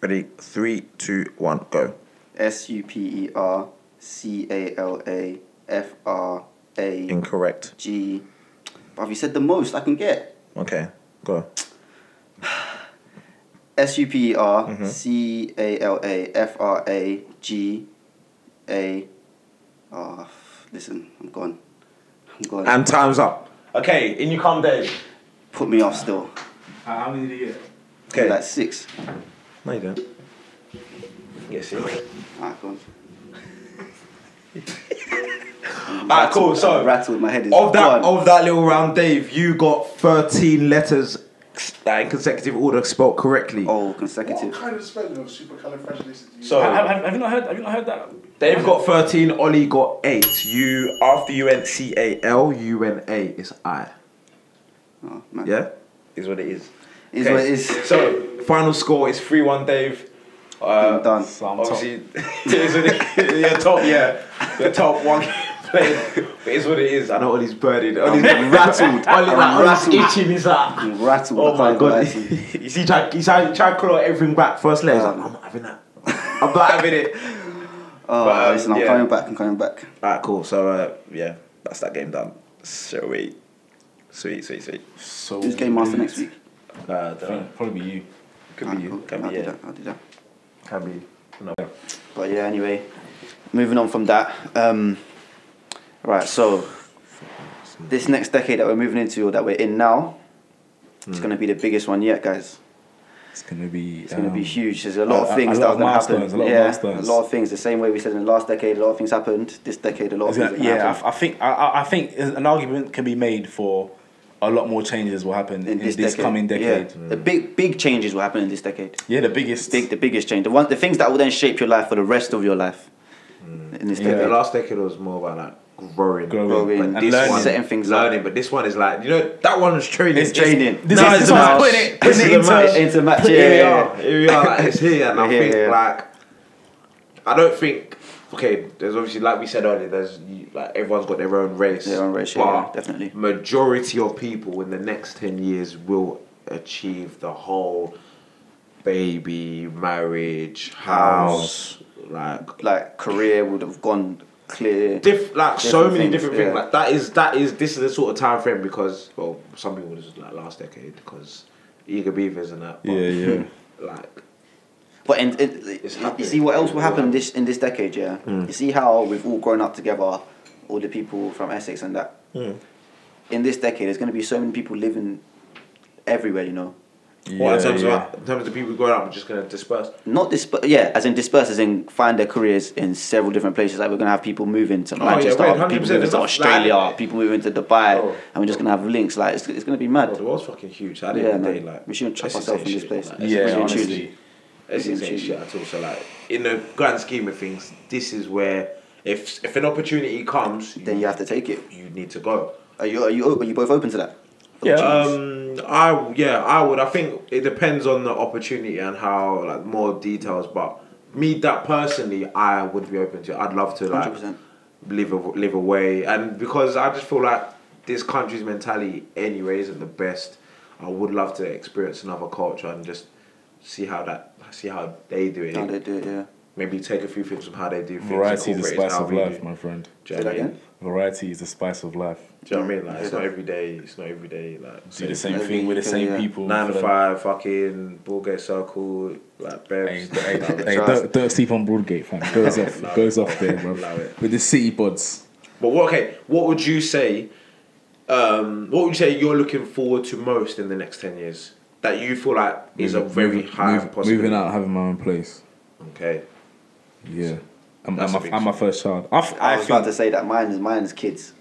Ready? Three, two, one, go.
S U P E R C A L A F R A
Incorrect.
G. Bruv, you said the most I can get.
Okay, go.
S U P E R C A L A F R A G A. Oh, f- listen, I'm gone. I'm gone.
And time's up. Okay, in you come, Dave.
Put me off still.
How many did you get?
Okay.
Like six.
No, you don't. Yes, you
Alright, go on. Ah,
Alright, Ah, cool. So,
Rattled, my head is
of that
gone.
of that little round, Dave, you got thirteen letters that in consecutive order spelt correctly.
Oh,
What
consecutive.
kind of spelling of supercalifragilistic do you
So-
Have, have, have you not heard? Have you not heard that?
Dave got thirteen. Ollie got eight. You after you went C A L U N A is I.
Oh, man.
Yeah, is what it is.
Is
Okay.
what it is.
So final score is three one, Dave. Uh,
I'm done.
So I'm
obviously, it is what it- you're top. Yeah, you're top one player. It is what it is. I know Ollie's birded. Ollie's rattled. Ollie's
I'm rattled.
itching. He's like,
I'm rattled.
oh
I
my
can't go
god.
back to you.
you see, try, you try, try to claw everything back. First letter. He's like, I'm not having that. I'm not having it.
Oh,
But, um,
listen, I'm
yeah.
coming back. I'm coming back.
Alright, cool. So uh, yeah, that's that game done. Sweet, sweet, sweet, sweet.
So
Who's game master next week?
Uh,
I think Probably be you.
could
Ah,
be you.
cool.
Can
I'll
be
do
yeah.
that. I'll do that.
Can be. No.
But yeah, anyway, moving on from that. Um, right, so this next decade that we're moving into, or that we're in now, it's
Hmm.
going to be the biggest one yet, guys.
It's gonna be. um,
It's going to be huge. There's
a-
a lot
a-
of things
a
that
lot
are
of
going to happen.
milestones, a lot of
yeah,
milestones.
a lot of things. The same way we said in the last decade, a lot of things happened. This decade, a lot of
It's
things.
gonna-
are gonna
yeah,
happen.
I, I think I- I, I think an argument can be made for a lot more changes will happen in, this, coming decade.
Yeah. The big, big changes will happen in this decade.
Yeah, the biggest.
Big, the biggest change. The one, the things that will then shape your life for the rest of your life. In this
Yeah,
decade.
the last decade was more about like growing,
Growing.
Growing
but
and
this
learning.
one,
Setting things up.
learning. But this one is like you know that one was training.
It's- it's-
Training.
This
No,
is,
it's
this
about-
one's putting it.
this
putting
is
it
the match.
into,
Into match,
here we
yeah.
are. Here we are. Like, it's here, and I
Here,
think
yeah.
like I don't think. Okay, there's obviously like we said earlier. There's you- like everyone's got their own race.
Their own race, yeah, yeah, definitely.
Majority of people in the next ten years will achieve the whole baby, marriage, house, like
like career would have gone clear.
diff, like so
Different
many
things,
different things.
yeah.
Like that is that is this is the sort of time frame because well, some people just like last decade because eager beavers and that. but,
Yeah, yeah.
Like
But in, in,
It's
you
happening.
see what else will happen
Yeah.
this in this decade, yeah. You see how we've all grown up together, all the people from Essex and that. In this decade, there's going to be so many people living everywhere, you know.
what in
Yeah,
terms
yeah.
of in terms of people growing up, we're just gonna disperse.
Not disp- yeah, as in disperse, as in find their careers in several different places. Like we're gonna have people moving to Manchester,
Oh, wait, 100%,
people moving
there's
to
not-
Australia,
like-
people moving to Dubai,
Oh.
and we're just gonna have links. Like it's, it's gonna be
Oh, the
mad.
world's fucking huge. I didn't
Yeah,
even day,
man.
like
we shouldn't trust
Essex
ourselves in
ain't
this
shit,
place.
like,
Yeah,
We shouldn't
honestly.
choose.
Essex ain't shit at all. So like in the grand scheme of things, this is where If if an opportunity comes,
Then you have to take it.
you need to go.
Are you are you are you both open to that?
Yeah.
Um, I yeah, I would. I think it depends on the opportunity and how like more details. But me, that personally, I would be open to. it. I'd love to like
100%.
live a- live away, and because I just feel like this country's mentality, anyway, isn't the best. I would love to experience another culture and just see how that see how they do it.
No, they do it, yeah.
Maybe take a few things from how they do things.
Variety is the
incorporate it
spice
how
of
we do.
life, my friend.
Do you
Say
know what
that
I mean?
again.
Variety is the spice of life.
Do you know what I mean? Like, it's
Yeah.
not every day. It's not every day. Like
Do the
same
same thing with the same
Yeah.
people.
Nine
for
to
the-
five, fucking Bullgate Circle, like
Hey,
Bevs.
hey, hey,
Trust.
don't, don't sleep on Broadgate, fam. Goes off, goes off there, bro.
Love it.
With the city buds.
But what, okay, what would you say? Um, what would you say you're looking forward to most in the next ten years that you feel like is a very
Moving-
high
move-
possibility?
Moving out, having my own place.
Okay,
Yeah.
I'm,
That's
I'm,
a
my-
big
I'm my
shit.
first child. I, f-
I
I
was
think,
about to say that mine is mine is kids.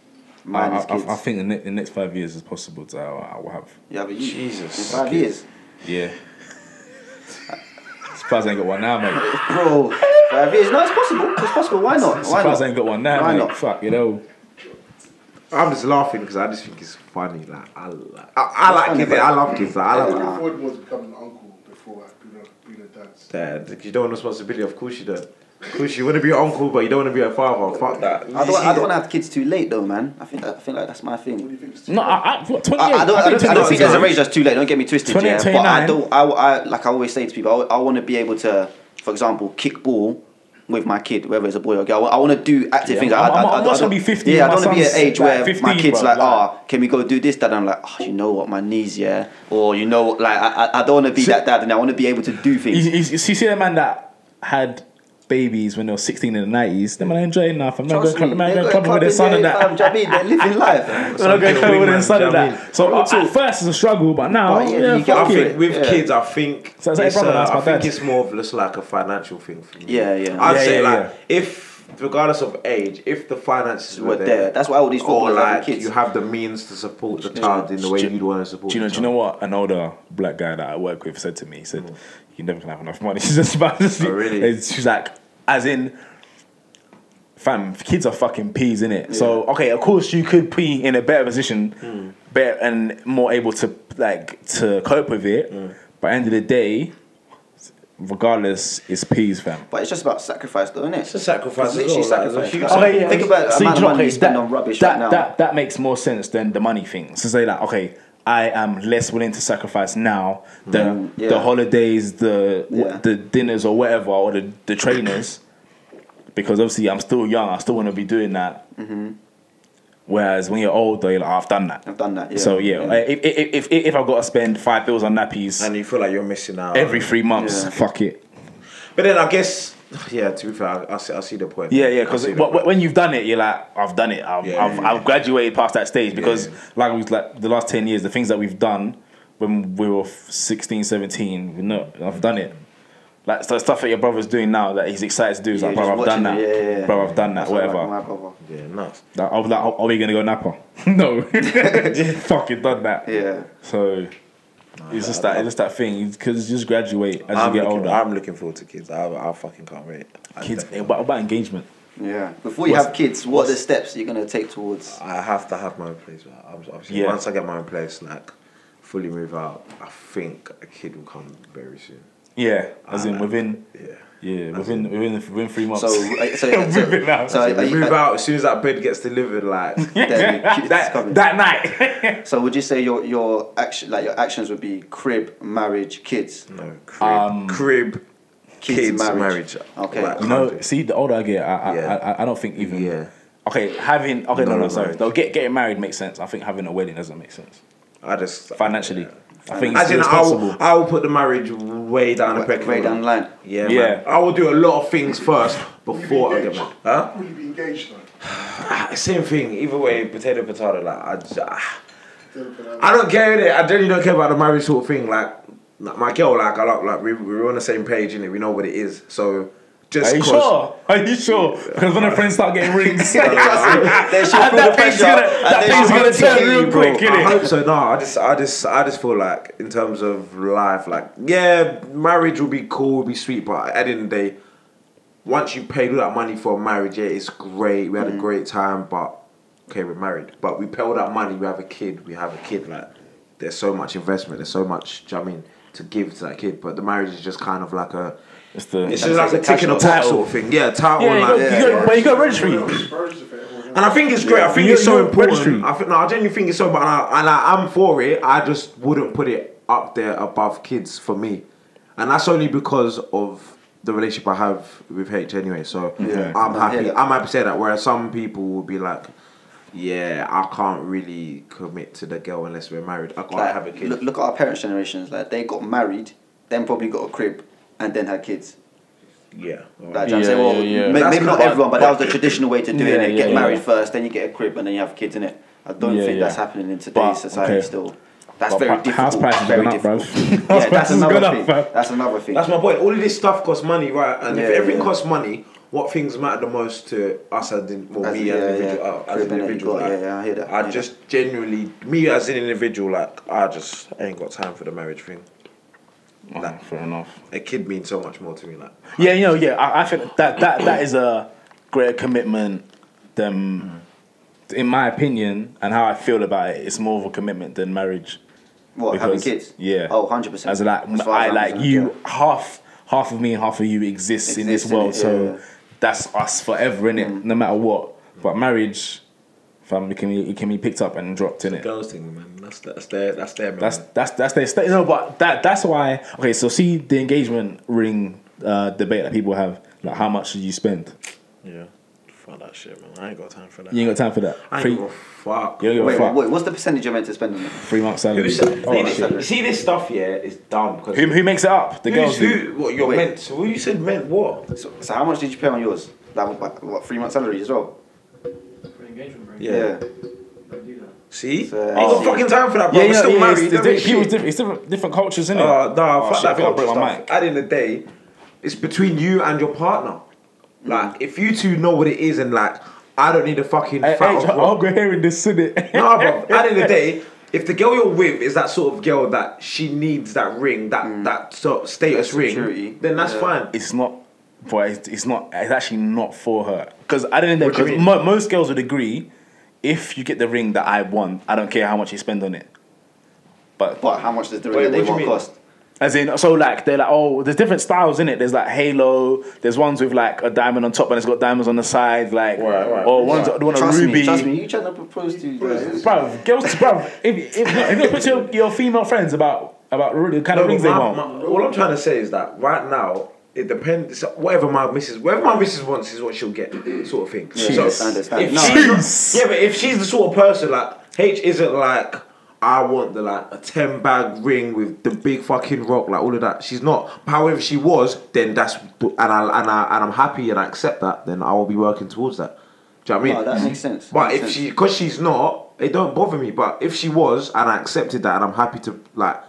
I,
Mine is
I-
kids.
I, I think the, ne- the next five years is possible to uh, I, I will have.
yeah, but you,
Jesus.
in five years,
Yeah. Surprised I ain't got one now, mate.
bro. Five years. No, it's possible. It's possible. Why not? Why
Surprised I ain't
not?
got one now,
Why
mate.
not?
Fuck, you know.
I'm just laughing because I just think it's funny. Like I, like, I, I like kids. I love kids. Like, I
I was
love.
looking forward more to becoming an uncle before I've been a, been a dad.
Dad, you don't want responsibility. Of course you don't. Of course you want to be an uncle, but you don't want to be a father. Fuck that.
I don't. I don't want to have kids too late though, man. I think. That, I think like that's my
What do
thing.
you think?
No, I, I, what, 28?
I, I don't. I don't, I don't think there's a
race.
range that's too late. Don't get me twisted.
20,
Yeah, but I
29.
don't. I, I like. I always say to people, I, I want to be able to, for example, kick ball. With my kid, whether it's a boy or girl, I want to do active
Yeah,
things.
I'm-
I, I,
I'm-
I,
I'm
I
not
don't-
gonna be 50,
Yeah, I
my
don't want to be at an
son's
age
like
where my
15,
kids
bro,
like,
like-
ah, can we go do this? Dad, and I'm like, oh, you know what, my knees, yeah, or you know, what, like, I, I- I don't want to be that dad, and I want to be able to do
You,
things.
you, you see the man that had babies when they were 16 in the 90s, them man enjoying enough. I'm not
Trust
going
me,
club, man,
they
going
go
clubbing with
clubbing,
their son and
yeah,
that.
fam, do you know what I mean? They're living life.
I'm not going clubbing with their son and
do you know what I
that. So at first it's a struggle, but now,
But yeah,
yeah,
you
fuck
get
I
off
it.
think with
Yeah.
kids, I think
So it's like
it's,
brother,
uh,
that's my
I think
dad.
it's more of just like a financial thing for me.
Yeah, yeah.
I'd
Yeah,
say
yeah,
like if regardless of age, if the finances
were
were
there,
there,
that's why all these
or
footballers have
like
kids.
you have the means to support the child in the way
Do-
you'd want to support.
Do you know?
the
Do you know what an older black guy that I work with said to me? He said, "You never can have enough money." She's just about to sleep.
Mm. Oh, really?
And She's like, as in, fam, kids are fucking peas in it. So okay, of course you could be in a better position,
Mm.
better and more able to like to cope with it.
Mm.
But end of the day, regardless, it's peas, fam.
But it's just about sacrifice, though, isn't it?
It's a sacrifice
It's
as
literally
well, like, it's a
sacrifice. Oh,
huge
Like,
sacrifice.
Think about the
See,
amount
do
of
you know
money
what,
you spend
that-
on rubbish
that,
right now.
That, that makes more sense than the money thing. So say like, okay, I am less willing to sacrifice now the
Mm, yeah.
the holidays, the
Yeah.
the dinners or whatever, or the the trainers, because obviously I'm still young. I still want to be doing that. Whereas when you're older, you're like, "Oh, I've done that.
Mm-hmm. I've done that, yeah.
So yeah,
Yeah.
If, if if if I've got to spend five bills on nappies
and you feel like you're missing out
every three months,
Yeah.
fuck it.
But then I guess, yeah. To be fair, I, I, see, I see the point.
Yeah, yeah.
I
Because
see the point.
when you've done it, you're like, I've done it. I've,
Yeah,
I've,
yeah,
I've graduated past that stage because,
yeah.
like, we like the last ten years, the things that we've done when we were 16, 17, we know I've done it. Like the stuff that your brother's doing now that he's excited to do is
Yeah,
like,
just
bro, I've done that.
watching it, yeah, yeah, yeah.
Bro, I've done that.
That's what I like
whatever.
with my brother.
yeah, nuts.
Like, I was like, are are we gonna go Napa? no, fucking done that.
Yeah.
So. It's just that, it's just that thing because you just graduate as
I'm
you get
looking,
older.
I'm looking forward to kids. I, I fucking can't wait. I
Kids, eh,
definitely-
what about engagement?
Yeah. Before you
What's-
have kids, what are the steps you're gonna take towards?
I have to have my own place. Like, I'm- obviously,
Yeah.
once I get my own place, like fully move out, I think a kid will come very soon.
Yeah, as in within
Yeah.
Yeah, within within within three months.
So, uh, so, so,
Moving
so,
out.
so, are
We
you-
move Oh, out as soon as that bed gets delivered. Like,
then kids
that,
coming.
that night.
So would you say your your action like your actions would be crib, marriage, kids?
no, crib,
Um,
crib
Kids,
kids,
marriage.
marriage.
Okay.
Like,
you know,
hundred.
see, the older I get, I I,
Yeah.
I, I don't think even.
Yeah.
Okay, having okay no
No
no, sorry
marriage.
no get getting married makes sense. I think having a wedding doesn't make sense
I just
financially. I think it's
As in,
irresponsible.
I'll, I'll put the marriage way down the pecking
Way
order.
down the line.
Yeah,
Yeah.
Man. I will do a lot of things first before I get married. Huh?
Will you be engaged though?
Ah, Same thing. Either way, potato, potato. Like, I just, ah.
Tell them that.
I don't care it. I really don't care about the marriage sort of thing. Like, like my girl, like I like, like we we're on the same page, innit? We know what it is. So just
Are you
'cause-
sure? Are you sure? Because when the friends start getting rings,
Then she'll feel the
that thing's
pressure,
gonna
and
that
then
thing's
she'll
gonna
want to
turn
kill you,
real
bro.
quick,
I
innit?
hope so. No, I just, I just, I just feel like in terms of life, like yeah, marriage will be cool, will be sweet, but at the end of the day, once you paid all that money for a marriage, yeah, it's great. We had a great time, but okay, we're married. But we pay all that money. We have a kid. We have a kid. Like there's so much investment. There's so much. Do you know what I mean to give to that kid? But the marriage is just kind of like a.
It's the
It's just like a
like a
tick in the
cash
box sort of thing. Yeah, title.
yeah, you
like,
got, you got, but you got registry.
Registry.
And I think it's great. I think
You-
it's so
you-
important.
registry.
I think no, I genuinely think it's so. important. and I, and I am for it. I just wouldn't put it up there above kids for me, and that's only because of the relationship I have with H anyway. So I'm happy.
Yeah.
I'm happy to say that. Whereas some people will be like, "Yeah, I can't really commit to the girl unless we're married. I can't
Like,
have a kid."
Look, look at our parents' generations. Like they got married, then probably got a crib, and then had kids.
yeah.
Like,
Yeah,
do you know what I'm saying? Well,
yeah, yeah.
may-
That's
maybe not
kinda
everyone, but that was the traditional way to do
Yeah,
it. innit?
yeah,
get
yeah.
married first, then you get a crib, and then you have kids in it. I don't
Yeah,
think
yeah.
that's happening in today's
But,
society
okay.
still. That's
But
very
pri-
difficult.
house prices
very
going up, bruv.
difficult.
House
yeah, that's
prices
another
going up,
thing.
bruv.
that's another thing.
That's my point. All of this stuff costs money, right? And
Yeah,
if everything
yeah.
costs money, what things matter the most to us as in, well,
As-
me
yeah,
as,
yeah.
individual, uh, as
Crib
an
and
individual,
that you got,
like,
yeah, yeah, I hear that, I hear that.
just genuinely, me as an individual, like I just ain't got time for the marriage thing.
Oh, fair enough.
A kid means so much more to me, like
Yeah, you know, yeah. I, I think that, that that is a greater commitment than, in my opinion, and how I feel about it. It's more of a commitment than marriage.
what having
because-
kids?
yeah.
Oh, 100 percent.
As in, like, I like you half half of me and half of you exists, in this
Exists in
world,
it,
so
yeah. Mm.
that's us forever in it, no matter what. But marriage, fam, it can be it can be picked up and dropped in it.
girls thing, man. That's that's their that's their
That's that's that's their state. No, but that that's why. Okay, so see the engagement ring uh, debate that people have. Like, how much should you spend?
yeah. Fuck that shit, man. I ain't got time for that.
You ain't got time for that.
I
Free-
ain't got fuck.
You don't give a
Wait,
fuck.
wait, what's the percentage you're meant to spend on it?
Three months salary.
Who's- see,
Oh,
this,
shit.
see this stuff, yeah, it's dumb. Cause
Who, who makes it up? The girls
who's,
do.
who? What you're
Wait.
meant? To, what you said meant what?
So, so how much did you pay on yours? Like what, what three months salary as well?
For engagement ring.
Yeah.
Don't do that.
See,
So,
ain't got
see.
fucking time for that, bro.
uh, Oh. Yeah,
We're
yeah,
still
yeah,
married.
It's, it's
don't
different,
make shit.
people's different, it's different, different cultures, isn't it?
Uh, nah,
Oh,
fuck
shit,
that
I think I
culture
broke my
stuff. At the end of the day, it's between you and your partner. Like, if you two know what it is and like, I don't need a fucking
Hey, hey,
fat off-
I'm hearing this, isn't it?
Nah, bro. At the end of the day, if the girl you're with is that sort of girl that she needs that ring, that
Mm.
that sort of status
security.
ring, then that's fine.
It's not, but it's, it's not. It's actually not for her because I don't know.
What do you
Because
mean?
mo- most girls would agree, if you get the ring that I want, I don't care how much you spend on it. But
But how much does the
Wait,
ring that
what do
they
you
want
mean?
cost?
As in, so like they're like, oh, there's different styles in it. There's like halo. There's ones with like a diamond on top and it's got diamonds on the side, like
Right, right.
or ones
Right.
the one a
trust
ruby.
me, trust me. You trying to propose to you?
Bruv, girls, bruv, if, if, if you put your, your female friends about about really the kind
No,
of rings
but
they
my-
want,
my- all I'm trying to say is that right now it depends. so Whatever my missus, whatever my missus wants is what she'll get, sort of thing.
Yeah, I understand.
If
No,
she's, yeah, but if she's the sort of person like H isn't like I want the like a ten bag ring with the big fucking rock, like all of that. She's not. But however, if she was, then that's and I and I and I'm happy and I accept that. Then I will be working towards that. Do you know what I mean?
No, that makes sense.
But
Makes
if
sense.
she, because she's not, it don't bother me. But if she was, and I accepted that, and I'm happy to like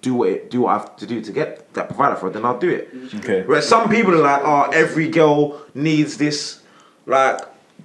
do what it, do what I have to do to get that provider for it, then I'll do it.
Mm-hmm.
Okay.
Whereas some people are like, oh, every girl needs this, like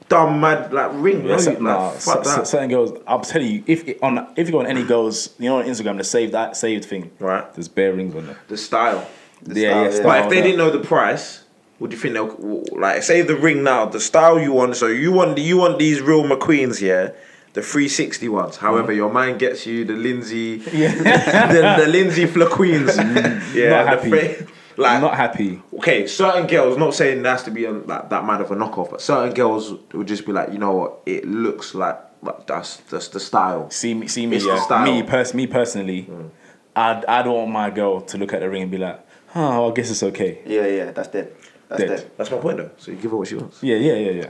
dumb mad like ring.
Yeah,
No,
so-
you-
nah,
like, fuck
so- so-
that.
certain girls, I'll tell you, if it, on if you go on any girls, you know, on Instagram, the save that saved thing,
Right.
There's bare rings on there.
the style.
yeah,
style,
yeah.
yeah.
style,
But if they
yeah.
didn't know the price, would you think they'll like say the ring now? The style you want, so you want you want these real McQueens, yeah. The 360 ones. However,
Mm-hmm.
your mind gets you the Lindsay, the, the Lindsay Flaqueens. Yeah,
Not
the
happy.
fa- like
I'm not happy.
okay, certain girls. Not saying it has to be on that that mad of a knockoff, but certain girls would just be like, you know what? It looks like, like that's that's the style.
See me, see me,
It's the
yeah.
style. Mm.
me, pers- me personally, I'd, I'd want my girl to look at the ring and be like, "Huh, well, I guess it's okay."
Yeah, yeah. That's dead. That's
Dead.
dead.
That's my point, though. So you give her what she wants.
Yeah, yeah, yeah, yeah.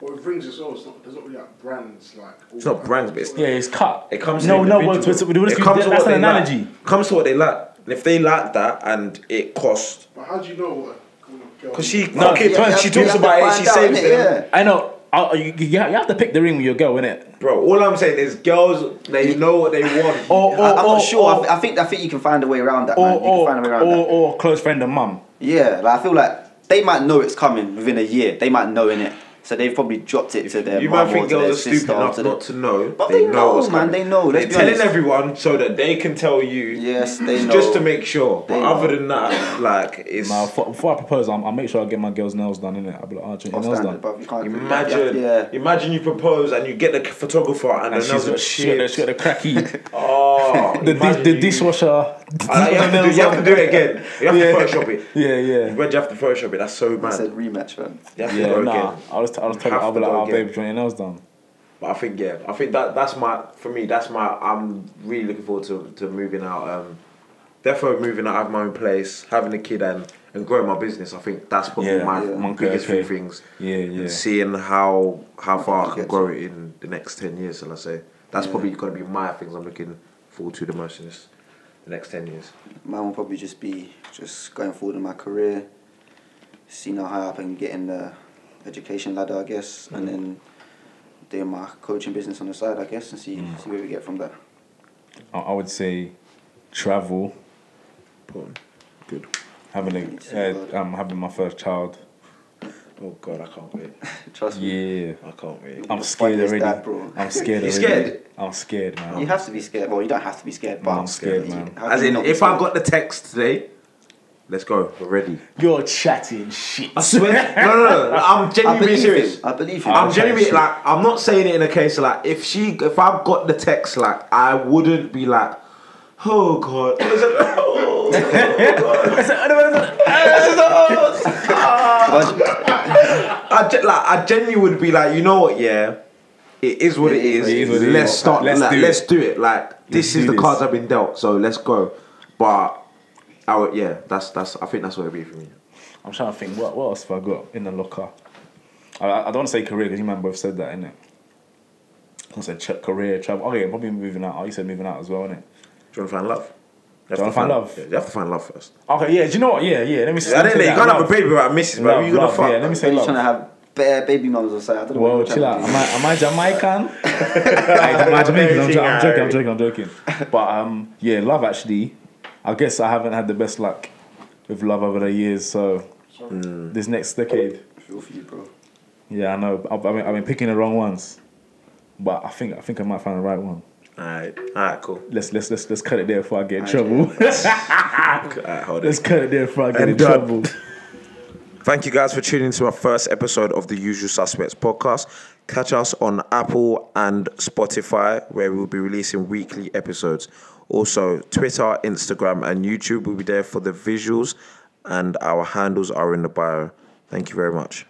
Well, with rings as well, it's not, there's not really like brands like.
It's not brands, but it's
Yeah, it's cut.
It comes.
no,
to
no.
individual.
What, what, what,
It comes to
that's
what
an
they like.
analogy.
Comes to what they like. And if they like that, and it costs,
But how do you know what a what a girl?
because she
No,
fuck it,
yeah,
she
You
talks
have to
about it,
find
she
out,
saves
innit?
it.
Yeah.
I know. i you, you, you have to pick the ring with your girl, innit?
Bro, all I'm saying is, girls, they know what they want.
Or, or,
I, I'm
or,
oh,
not sure. I,
Or,
th- I think I think you can find a way around that, man.
or,
You can find a way
or,
around
or,
that.
or close friend and mum.
Yeah, like I feel like they might know it's coming within a year. They might know in it. So they've probably dropped it to their
You
mum
might
or
think
to their
girls are stupid
sister or
enough
to their-
not to know.
But they know,
what's
man,
coming.
they know, let's
They're
be
telling
honest.
everyone so that they can tell you.
Yes, they know.
Just to make sure. But
They
other than that, like it's
Nah, before, before I propose, I'm, I'll make sure I get my girl's nails done, innit? I'll be like, oh, do you want your nails
Off standard,
done.
bruv, you can't do that. You have
imagine.
to- Yeah.
Imagine you propose and you get the photographer and,
And
the
she's
nails are
got, she got, the,
shit.
she got the cracky. the,
Oh,
di-
imagine
the
you-
dishwasher.
I like, you, have to do, you have to do it again. You have
Yeah.
to Photoshop it.
Yeah, yeah.
When you have to Photoshop it, that's so
I said
mad.
rematch, man.
You have to
Yeah,
go
nah.
again.
I was, I was
You
telling
have
I'll be
to
like,
go
oh,
again.
babe, do you want your nails done?
But I think yeah, I think that that's my for me. That's my. I'm really looking forward to, to moving out. Um, therefore moving out, have my own place, having a kid, and and growing my business. I think that's probably
Yeah,
my
yeah. Monkey,
biggest
okay.
three things.
Yeah, yeah.
And seeing how how far I can
Yes.
grow it in the next ten years, shall I say? That's probably going to be my things I'm looking forward to the most in this, the next ten years.
Mine will probably just be just going forward in my career, seeing how high up I can get in the education ladder, I guess, and
Mm.
then doing my coaching business on the side, I guess, and see
Mm.
see where we get from there.
I, I would say travel,
Important.
having a, uh, um, having my first child.
Oh God, I can't wait.
Trust me.
Yeah.
I can't wait.
I'm
What
scared
is
already.
that, bro?
I'm scared
You
already.
scared?
I'm scared, man.
You have to be scared. Well, you don't have to be scared, but
I'm scared, man.
How can
As
you
in,
not be
if I
scared?
got the text today, let's go. We're ready.
You're chatting shit.
I swear. no, no, no. I'm
I
genuinely
believe
serious.
you. I believe you.
I'm
Okay,
genuinely
shit.
like I'm not saying it in a case of, like if she if I got the text like I wouldn't be like oh god It's like, oh, I ge- like I genuinely would be like you know what yeah it is what it is,
It is what it
let's
is.
start
Let's
let's, like,
do
do
it.
let's do it like this
do
is the
this.
cards I've been dealt so let's go but I would, yeah that's that's I think that's what it'd be for me
I'm trying to think. What, what else have I got in the locker? I, I I don't want to say career because you man both said that, innit? I said ch- career, travel. Oh yeah, probably moving out. Oh, you said moving out as well, innit?
do you want to find love you have
Do you wanna
to
find love?
yeah, you have to find love first
Okay, yeah. Do you know what? Yeah, yeah. Let me. say-
I
let me
didn't
say
know you
that.
can't have a
Love.
baby without misses bro
Love,
you gonna
love,
fuck
yeah, let me say
You're
love.
trying to have bare baby mums or something. I don't know.
Whoa,
what you're
chill out.
trying to
Am
do.
I, am I Jamaican? Hey, am I Jamaican? I'm, jo- I'm joking, I'm joking, I'm joking. But um, yeah, love actually. I guess I haven't had the best luck with love over the years, so this next decade,
Feel for you, bro.
yeah, I know. I've, I've, been, I've been picking the wrong ones, but I think I think I might find the right one.
alright alright cool
Let's let's let's let's cut it there before I get in trouble.
alright hold it
let's cut it there before I get in
And done.
trouble.
Thank you guys for tuning to our first episode of the Usual Suspects podcast. Catch us on Apple and Spotify, where we'll be releasing weekly episodes. Also, Twitter, Instagram, and YouTube will be there for the visuals, and our handles are in the bio. Thank you very much.